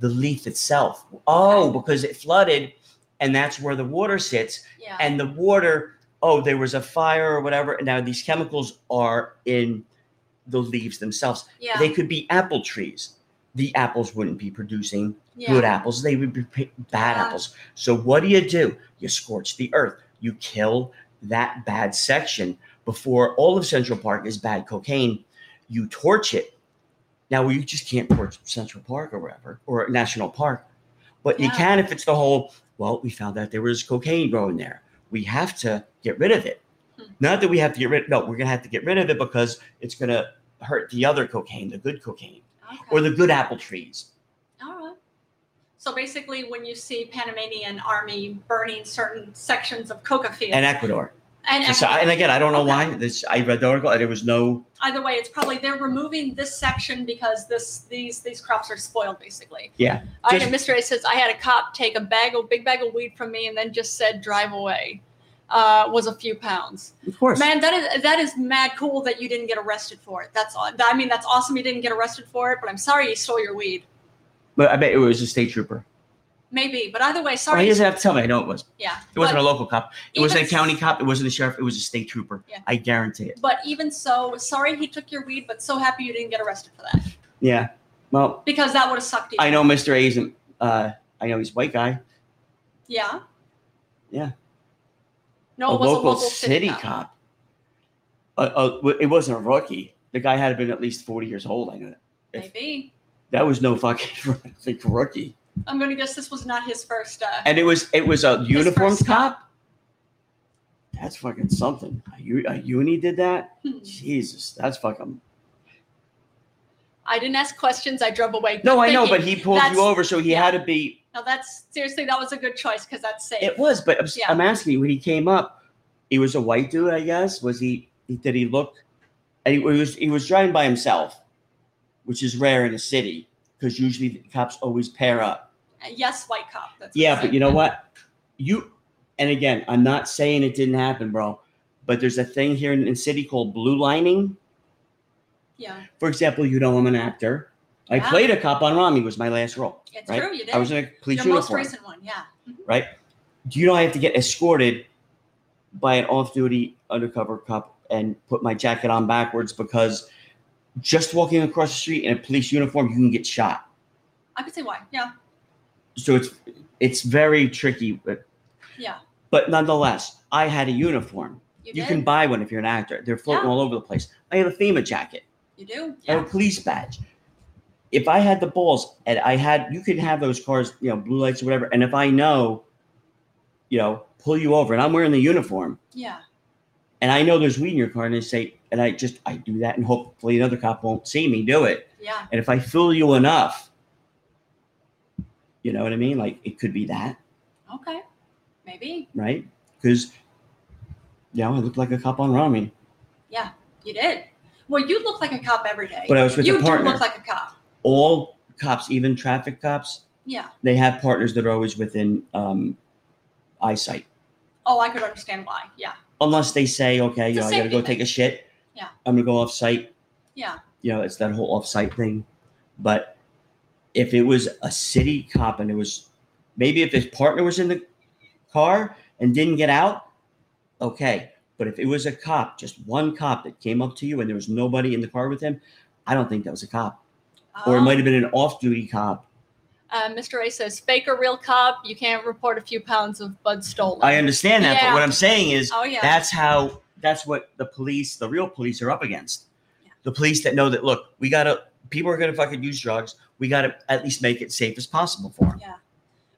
The leaf itself. Oh, because it flooded and that's where the water sits.
Yeah.
And the water, oh, there was a fire or whatever. And now these chemicals are in the leaves themselves.
yeah.
They could be apple trees. The apples wouldn't be producing
yeah.
good apples. They would be p- bad
Yeah.
apples. So what do you do? You scorch the earth. You kill that bad section before all of Central Park is bad cocaine. You torch it. Now you just can't torch Central Park or wherever or National Park, but you
Yeah.
can if it's the whole. Well, we found out there was cocaine growing there. We have to get rid of it.
Hmm.
Not that we have to get rid. No, we're gonna have to get rid of it because it's gonna hurt the other cocaine, the good cocaine,
Okay.
or the good apple trees.
All right. So basically, when you see Panamanian army burning certain sections of coca fields,
and Ecuador.
and
And, so, and again, I don't know
Okay.
why this. I read the article, and there was no.
either way, it's probably they're removing this section because this these these crops are spoiled basically.
Yeah,
I
just-
know Mr. A says I had a cop take a bag of big bag of weed from me and then just said drive away. Uh, was a few pounds.
Of course,
Man, that is that is mad cool that you didn't get arrested for it. That's aw- I mean that's awesome you didn't get arrested for it, but I'm sorry you stole your weed.
but I bet it was a state trooper.
Maybe, but either way,
Well,
sorry.
he doesn't have to tell me. I know it was.
yeah,
It wasn't
but-
a local cop. It wasn't a
even-
county cop. It wasn't a sheriff. It was a state trooper.
Yeah.
I guarantee it.
But even so, sorry he took your weed, but so happy you didn't get arrested for that
Yeah. Well,
because that would have sucked you.
I know Mr. A isn't. Uh, I know he's a white guy.
Yeah.
Yeah.
No,
Oh, a
it was
local
a local
city cop. Uh, uh, w- it wasn't a rookie. The guy had been at least forty years old. I know that. If-
Maybe.
That was no fucking like, rookie.
I'm going to guess this was not his first. Uh,
And it was it was a uniformed
first
cop. That's fucking something. A, u- a uni did that.
hmm.
Jesus, that's fucking.
I didn't ask questions. I drove away.
No, I know,
thinking.
but he pulled
That's-
you over, so he had to be.
Now that's seriously, that was a good choice because that's safe.
It was, but I'm, s-
Yeah.
I'm asking you when he came up, he was a white dude, I guess. Was he? he- Did he look? And he was he was driving by himself, which is rare in a city because usually the cops always pair up.
Uh, yes, white cop. That's what I
Yeah, but
said.
you know what? You and again, I'm not saying it didn't happen, bro. But there's a thing here in, in city called blue lining.
Yeah,
For example, you know I'm an actor. I
Yeah.
played a cop on Rami was my last role.
it's
Right?
true. You did.
I was in a police
Your most
uniform.
recent one. Yeah. Mhm.
Do you know I have to get escorted by an off-duty undercover cop and put my jacket on backwards because just walking across the street in a police uniform, you can get shot.
I could say why. Yeah.
so it's it's very tricky but
Yeah.
but nonetheless i had a uniform
You,
you
did.
can buy one if you're an actor they're floating
Yeah.
all over the place i had a fema jacket
you do.
I had a police badge if i had the balls and i had you could have those cars you know blue lights or whatever and if i know you know pull you over and i'm wearing the uniform
Yeah.
and i know there's weed in your car and they say and i just i do that and hopefully another cop won't see me do it
Yeah.
and if i fool you enough you know what i mean like it could be
yeah.
that
Okay. Maybe.
right? Because you know, I looked like a cop on Rami,
You did. Well, you look like a cop every day.
but I was with
you
a
do
partner.
look like a cop.
All cops, even traffic cops,
Yeah.
they have partners that are always within um, eyesight,
Oh, I could understand why. Yeah.
unless they say, "Okay,
It's
you
a
know, I gotta
safety
go
thing.
take a shit.
Yeah.
I'm gonna go off site."
Yeah.
You know, it's that whole off site thing. But if it was a city cop and it was maybe if his partner was in the car and didn't get out, okay. But if it was a cop, just one cop that came up to you and there was nobody in the car with him, I don't think that was a cop. Or it
Um,
might have been an off duty cop.
uh, Mr. A says, fake or real cop, you can't report a few pounds of bud stolen.
I understand that, but
Yeah.
what I'm saying is
Oh, yeah.
that's how that's what the police, the real police, are up against.
Yeah.
The police that know that look, we gotta people are gonna fucking use drugs. We gotta at least make it safe as possible for them.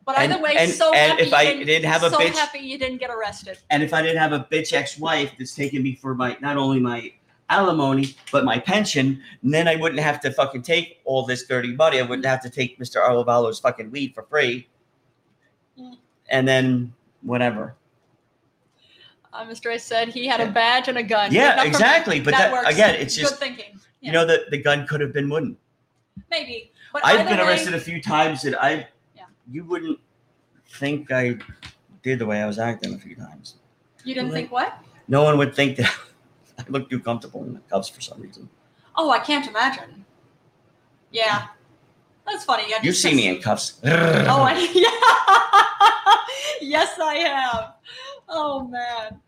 but
and-
either way,
and-
so
and
happy
if
you
I didn't have a
so
bitch-
happy you didn't get arrested.
And if I didn't have a bitch ex-wife that's taking me for my not only my alimony but my pension, then I wouldn't have to fucking take all this dirty money. I wouldn't have to take Mr. Arlovalo's fucking weed for free.
Mm.
And then whatever.
Uh, Mr. A said he had
Yeah.
a badge and a gun. Good enough
Yeah,
for me.
exactly. But that,
works.
again, it's
Good
just
thinking.
you know that the gun could have been wooden.
maybe. But
I've
either
been
way,
arrested a few times, and I
Yeah.
you wouldn't think I did the way I was acting a few times.
You didn't think what?
No one would think that I looked too comfortable in the cuffs for some reason.
Oh, I can't imagine. Yeah. That's funny. Yeah,
You
just
see
'cause-
me in cuffs.
Oh, I, yeah. yes, I have. Oh man.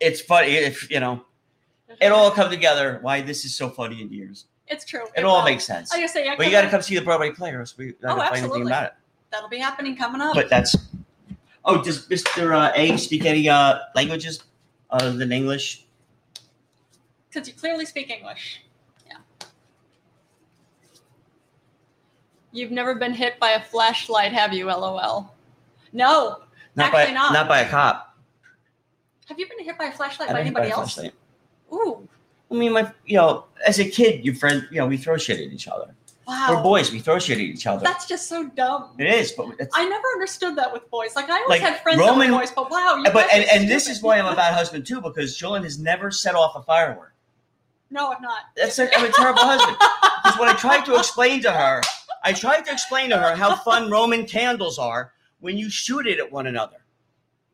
it's funny if you know it all come together. Why this is so funny in years.
It's true.
It all
will.
makes sense.
I was gonna say, Oh, yeah,
But you got to come see the Broadway play, or else we I
Oh,
don't find anything
absolutely.
about it.
That'll be happening coming up.
But that's Oh, does Mr. Uh, A speak any uh, languages other than English?
Because you clearly speak English. Yeah. You've never been hit by a flashlight, have you? LOL. No.
Not by
Actually not.
by a cop.
Have you been hit by a flashlight
I've
by
been hit by
anybody
a
else?
flashlight.
Ooh.
I mean, my you know, as a kid, your friend, you know, we throw shit at each other. We're
Wow.
boys. We throw shit at each other.
Oh. That's just so dumb.
it is, but that's,
I never understood that with boys. Like I always
Like,
had friends
Roman-
that were boys, but wow, you
but
guys
and,
are
and this
stupid.
is why I'm a bad husband too, because Julian has never set off a firework.
No, I'm not.
That's like I'm a terrible husband. Because when I tried to explain to her, I tried to explain to her how fun Roman candles are when you shoot it at one another.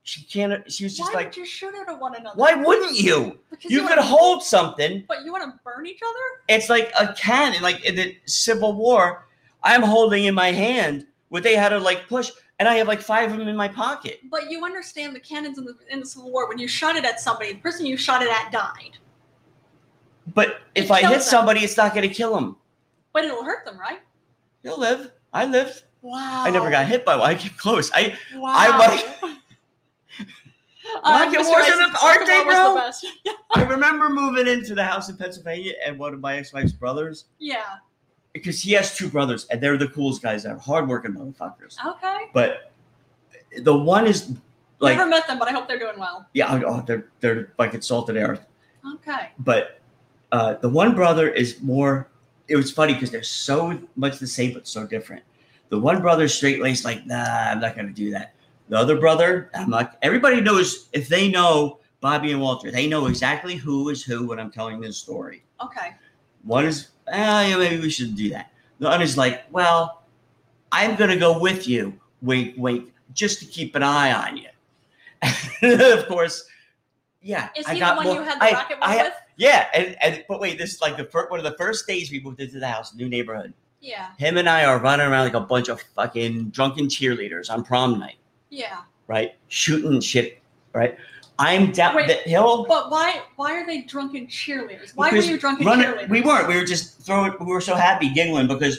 She can't. She was just
why
like,
would you shoot it at one another?
"Why wouldn't you?
Because
You
wanna-
could hold something.
But you want to burn each other?
It's like a cannon, like in the Civil War. I'm holding in my hand what they had to like push, and I have like five of them in my pocket.
But you understand the cannons in the, in the Civil War. When you shot it at somebody, the person you shot it at died.
But if
It
I
kills
hit
them.
somebody, it's not going to kill them.
But it'll hurt them, right?
They'll live. I lived.
Wow.
I never got hit by one. I came close. I
Wow. Um,
I like- Rocket
Mr.
Wars
Rice,
isn't
Rocket
aren't they,
War was
bro?
the best. Yeah.
I remember moving into the house in Pennsylvania, and one of my ex-wife's brothers,
yeah.
because he has two brothers, and they're the coolest guys ever, hardworking motherfuckers.
Okay.
But the one is like,
never met them, but I hope they're doing well.
yeah, oh, they're they're like insulted earth.
Okay.
But uh, the one brother is more. It was funny because they're so much the same but so different. The one brother straight laced, like, nah, I'm not gonna do that. The other brother, I'm like, everybody knows if they know Bobby and Walter, they know exactly who is who when I'm telling this story.
Okay.
One is, ah, yeah, maybe we shouldn't do that. The other is like, well, I'm going to go with you, wink, wink, just to keep an eye on you. of course, yeah.
Is
I
he the
got
one
more-
you had the
I-
rocket
I-
with?
Yeah, and, and but wait, this is like the first one of the first days we moved into the house, new neighborhood.
Yeah.
Him and I are running around like a bunch of fucking drunken cheerleaders on prom night,
Yeah.
right? Shooting shit, right? I'm down
Wait,
the hill.
But why why are they drunken cheerleaders? Why
Because
were you drunken
Run
cheerleaders?
it. We weren't. We were just throwing. We were so happy giggling because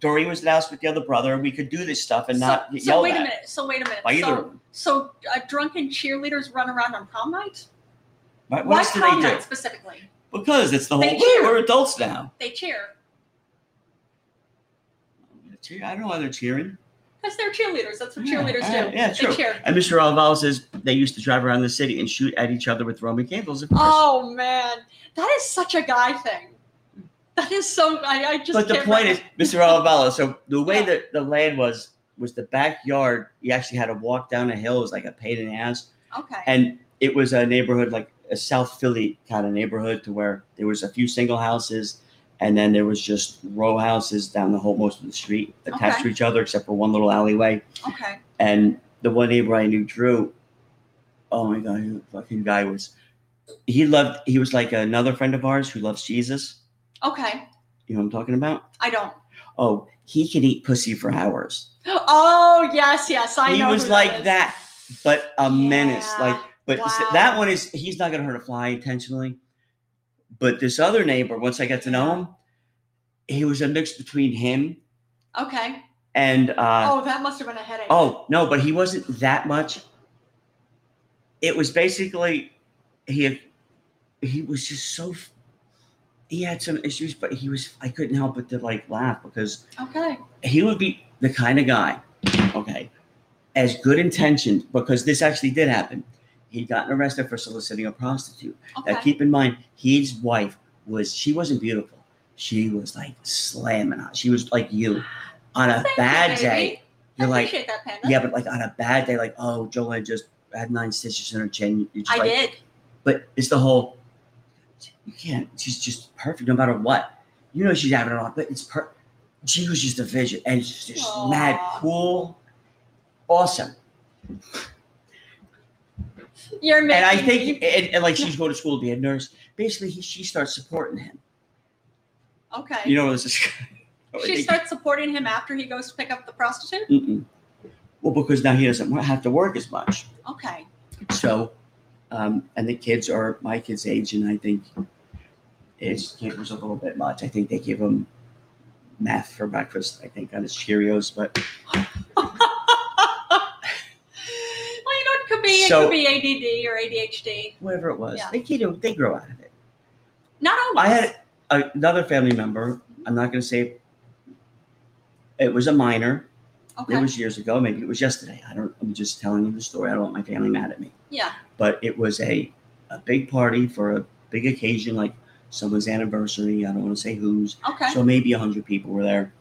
Doreen was in the house with the other brother, and we could do this stuff and not
so,
get
so
yelled
wait a
at
minute. So wait a minute.
by either. of
so
them.
so uh, drunken cheerleaders run around on prom night?
Right? What
Why
else do they
prom
do?
night specifically?
Because it's the whole.
They
Hey,
cheer.
we're adults now.
They cheer
Cheer- I don't know why they're cheering.
because they're cheerleaders. That's what
Yeah,
cheerleaders
yeah,
do.
yeah,
they
true.
cheer.
And Mr. Alval says they used to drive around the city and shoot at each other with Roman candles. Of course.
Oh man, that is such a guy thing. That is so. I, I just.
but the
can't
point
wrap-
is, Mr. Alvala. So the way
Yeah.
that the land was was the backyard. You actually had to walk down a hill. It was like a pain in the ass.
okay.
and it was a neighborhood like a South Philly kind of neighborhood to where there was a few single houses, and then there was just row houses down the whole most of the street attached to each other, except for one little alleyway.
okay.
And the one neighbor I knew, Drew, oh my god, the fucking guy was. He loved. He was like another friend of ours who loves Jesus.
Okay.
You know what I'm talking about?
I don't.
Oh, he could eat pussy for hours.
Oh yes, yes. I
he
know.
was
who
like
is.
that, but a menace.
Yeah.
Like But s-
Wow.
that one is he's not gonna hurt a fly intentionally. But this other neighbor, once I got to know him, he was a mix between him
Okay.
and uh,
oh, that must have been a headache.
oh. no, but he wasn't that much. It was basically he he was just so f- he had some issues, but he was I couldn't help but to like laugh because
Okay.
he would be the kind of guy, okay, as good intentioned because this actually did happen. He'd gotten arrested for soliciting a prostitute.
Okay.
Now keep in mind, his wife was she wasn't beautiful. She was like slamming on. She was like you on a
Thank you,
bad
baby.
day.
I
You're like,
appreciate that, Panda.
yeah, but like on a bad day, like, oh, Jolene just had nine stitches in her chin. You're just
I
like,
did.
But it's the whole you can't, she's just perfect no matter what. You know she's having it on, but it's per she was just a vision and she's just mad
Aw.
cool. Awesome.
You're making
And I
me-
think and, and like she's going to school to be a nurse. Basically he, she starts supporting him.
okay.
You know this is.
she starts supporting him after he goes to pick up the prostitute.
Mm-mm. Well, because now he doesn't wa- have to work as much.
Okay.
So, um, and the kids are my kid's age, and I think his kid was a little bit much. I think they gave him math for breakfast. I think on his Cheerios, but
could be.
So-
it could be ADD or ADHD.
whatever it was.
Yeah.
They you they grow out of it.
Not
I
always.
had a- another family member. I'm not going to say it was a minor.
okay.
It was years ago. Maybe it was yesterday. I don't. I'm just telling you the story. I don't want my family mad at me.
yeah.
But it was a a big party for a big occasion, like someone's anniversary. I don't want to say whose.
Okay.
So maybe 100 people were there.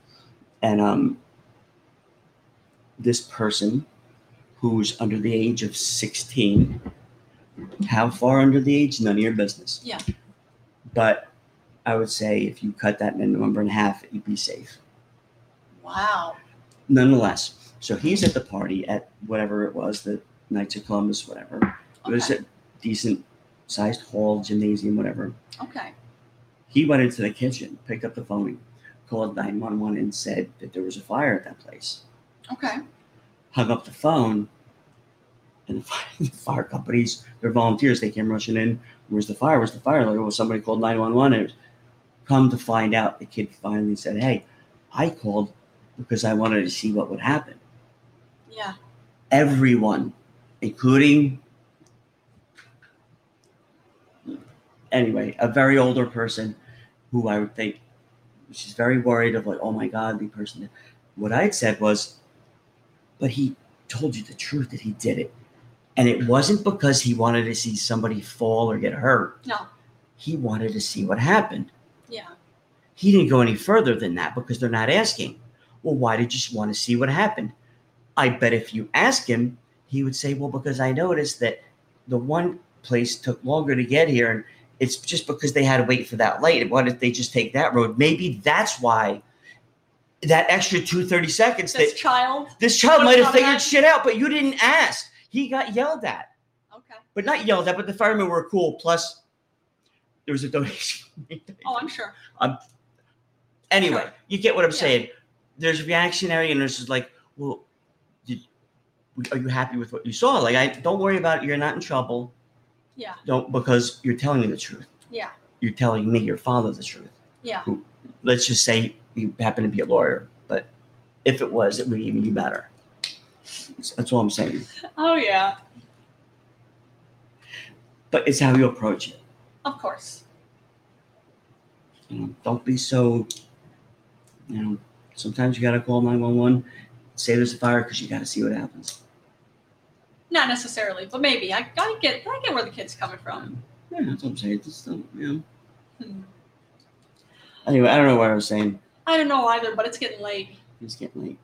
And um, this person who's under the age of 16, how far under the age? None of your business.
Yeah.
But I would say if you cut that number in half, you'd be safe.
wow.
Nonetheless, so he's at the party at whatever it was, the Knights of Columbus, whatever. It was
Okay.
a decent sized hall, gymnasium, whatever.
Okay.
He went into the kitchen, picked up the phone, called 911, and said that there was a fire at that place.
Okay.
Hung up the phone, and the fire, the fire companies, they're volunteers, they came rushing in. Where's the fire? Where's the fire? Like, well, somebody called 911. And it was, come to find out, the kid finally said, Hey, I called because I wanted to see what would happen.
Yeah.
Everyone, including. Anyway, a very older person who I would think she's very worried of like, oh my god, the person. What I had said was, but he told you the truth that he did it, and it wasn't because he wanted to see somebody fall or get hurt.
No.
he wanted to see what happened.
Yeah.
He didn't go any further than that because they're not asking. Well, why did you want to see what happened? I bet if you ask him, he would say, well, because I noticed that the one place took longer to get here, and it's just because they had to wait for that light. Why did they just take that road? Maybe that's why that extra two thirty seconds
This
that
child.
this child
What
might have
about
figured
that?
shit out, but you didn't ask. He got yelled at,
Okay.
but not yelled at. But the firemen were cool. Plus, there was a donation.
Oh, I'm sure.
Anyway,
Sure.
you get what I'm
Yeah.
saying. There's reactionary, and there's just like, well, did, are you happy with what you saw? Like, I don't worry about it. You're not in trouble.
Yeah.
Don't because you're telling me the truth.
Yeah.
You're telling me your father the truth.
Yeah.
Who, let's just say you happen to be a lawyer, but if it was, it would even be better. That's- That's all I'm saying.
Oh yeah.
But it's how you approach it.
Of course.
You know, don't be so. You know, sometimes you got to call 911, say there's a fire because you got to see what happens.
Not necessarily, but maybe. I, I get I get where the kid's coming from.
Yeah, that's what I'm saying. Just don't, you know.
Hmm.
Anyway, I don't know what I was saying.
I don't know either, but it's getting late.
It's getting late.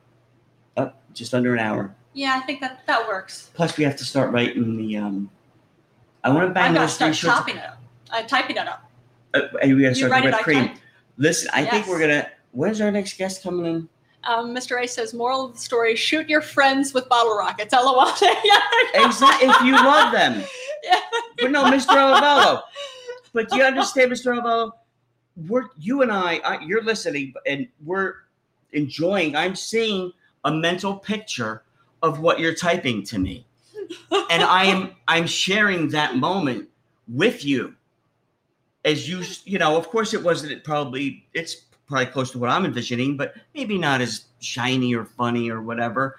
Up just under an hour.
Yeah, I think that that works.
Plus, we have to start writing the. um I want to
I
bang
gotta
those three
start
shorts.
chopping it up. Uh, typing it up.
Uh, and we got to
You
start
write
the
it,
whipped
I
cream.
type.
Listen, I think we're
Yes.
gonna. When's our next guest coming in?
Um, Mr. A says, moral of the story, shoot your friends with bottle rockets. LOL. yeah.
Exactly. if you love them.
Yeah.
But no, Mr. Olavello. But do you understand, Mr. Olavello? We're you and I, I. You're listening, and we're enjoying. I'm seeing a mental picture of what you're typing to me, and I am I'm sharing that moment with you. As you, s- you know, of course, it wasn't. It probably it's probably close to what I'm envisioning, but maybe not as shiny or funny or whatever.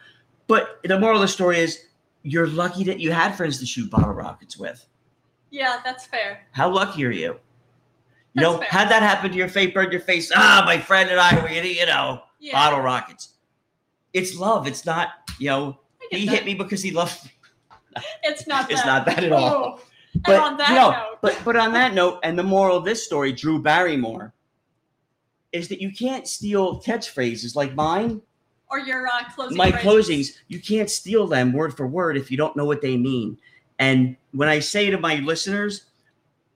But the moral of the story is, you're lucky that you had friends to shoot bottle rockets with.
Yeah, that's fair.
How lucky are you? You
That's
know,
fair.
had that happen to your fate, burn your face. Ah, my friend and I were, gonna, you know,
Yeah.
bottle rockets. It's love. It's not, you know,
I get
he
that.
hit me because he loved me.
It's not
It's
that.
not that at
Oh.
all. But,
and on that
you know,
note,
But but on that note, and the moral of this story, Drew Barrymore, is that you can't steal catchphrases like mine,
or your uh, closing.
my
phrases.
closings. You can't steal them word for word if you don't know what they mean. And when I say to my listeners,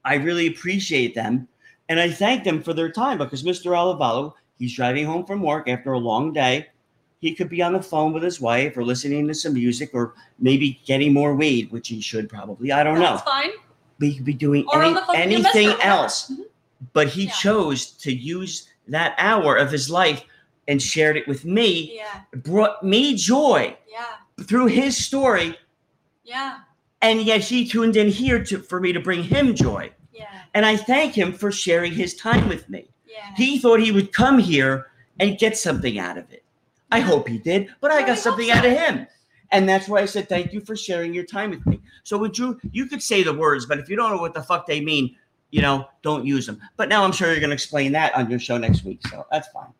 I really appreciate them and I thank them for their time because Mr. Olivalo, he's driving home from work after a long day. He could be on the phone with his wife or listening to some music or maybe getting more weed, which he should probably. I don't know
That's fine.
but he could be doing
Or on
any,
the phone with your
anything
mister, whatever.
else.
Mhm.
But he
Yeah.
chose to use that hour of his life and shared it with me,
Yeah,
brought me joy
yeah,
through his story.
yeah,
And yet he tuned in here to, for me to bring him joy.
yeah,
And I thank him for sharing his time with me.
yeah.
He thought he would come here and get something out of it. I hope he did, but I
Really
got
hope
something
so.
out of him. And that's why I said thank you for sharing your time with me. So would you you could say the words, but if you don't know what the fuck they mean, you know, don't use them. But now I'm sure you're gonna explain that on your show next week. So that's fine.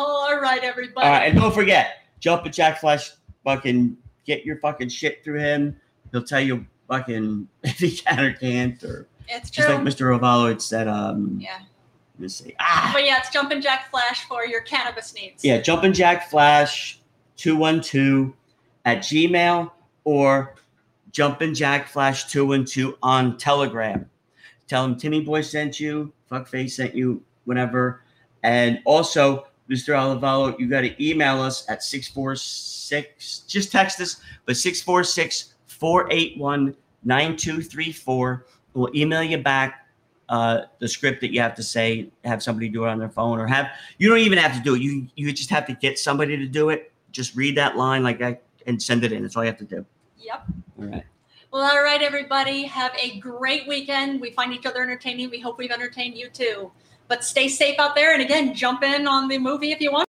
Oh, all right, everybody.
All right, Uh, and don't forget, jump at Jack Flash fucking get your fucking shit through him. He'll tell you fucking if he can or can't or
it's true.
just like Mr. Rovallo had said, um
yeah.
let me see. Ah
But yeah, it's Jumpin' Jack Flash for your cannabis needs.
Yeah, Jumpin' Jack Flash 212 at Gmail or Jumpin' Jack Flash 212 on Telegram. Tell him Timmy Boy sent you, Fuckface sent you, whatever. And also, Mr. Olivalo, you got to email us at 646, just text us, but 646 481 9234. We'll email you back uh, the script that you have to say, have somebody do it on their phone, or have you don't even have to do it. You you just have to get somebody to do it. Just read that line like that and send it in. That's all you have to do.
Yep.
All right.
Well, all right, everybody. Have a great weekend. We find each other entertaining. We hope we've entertained you too. But stay safe out there. And again, jump in on the movie if you want.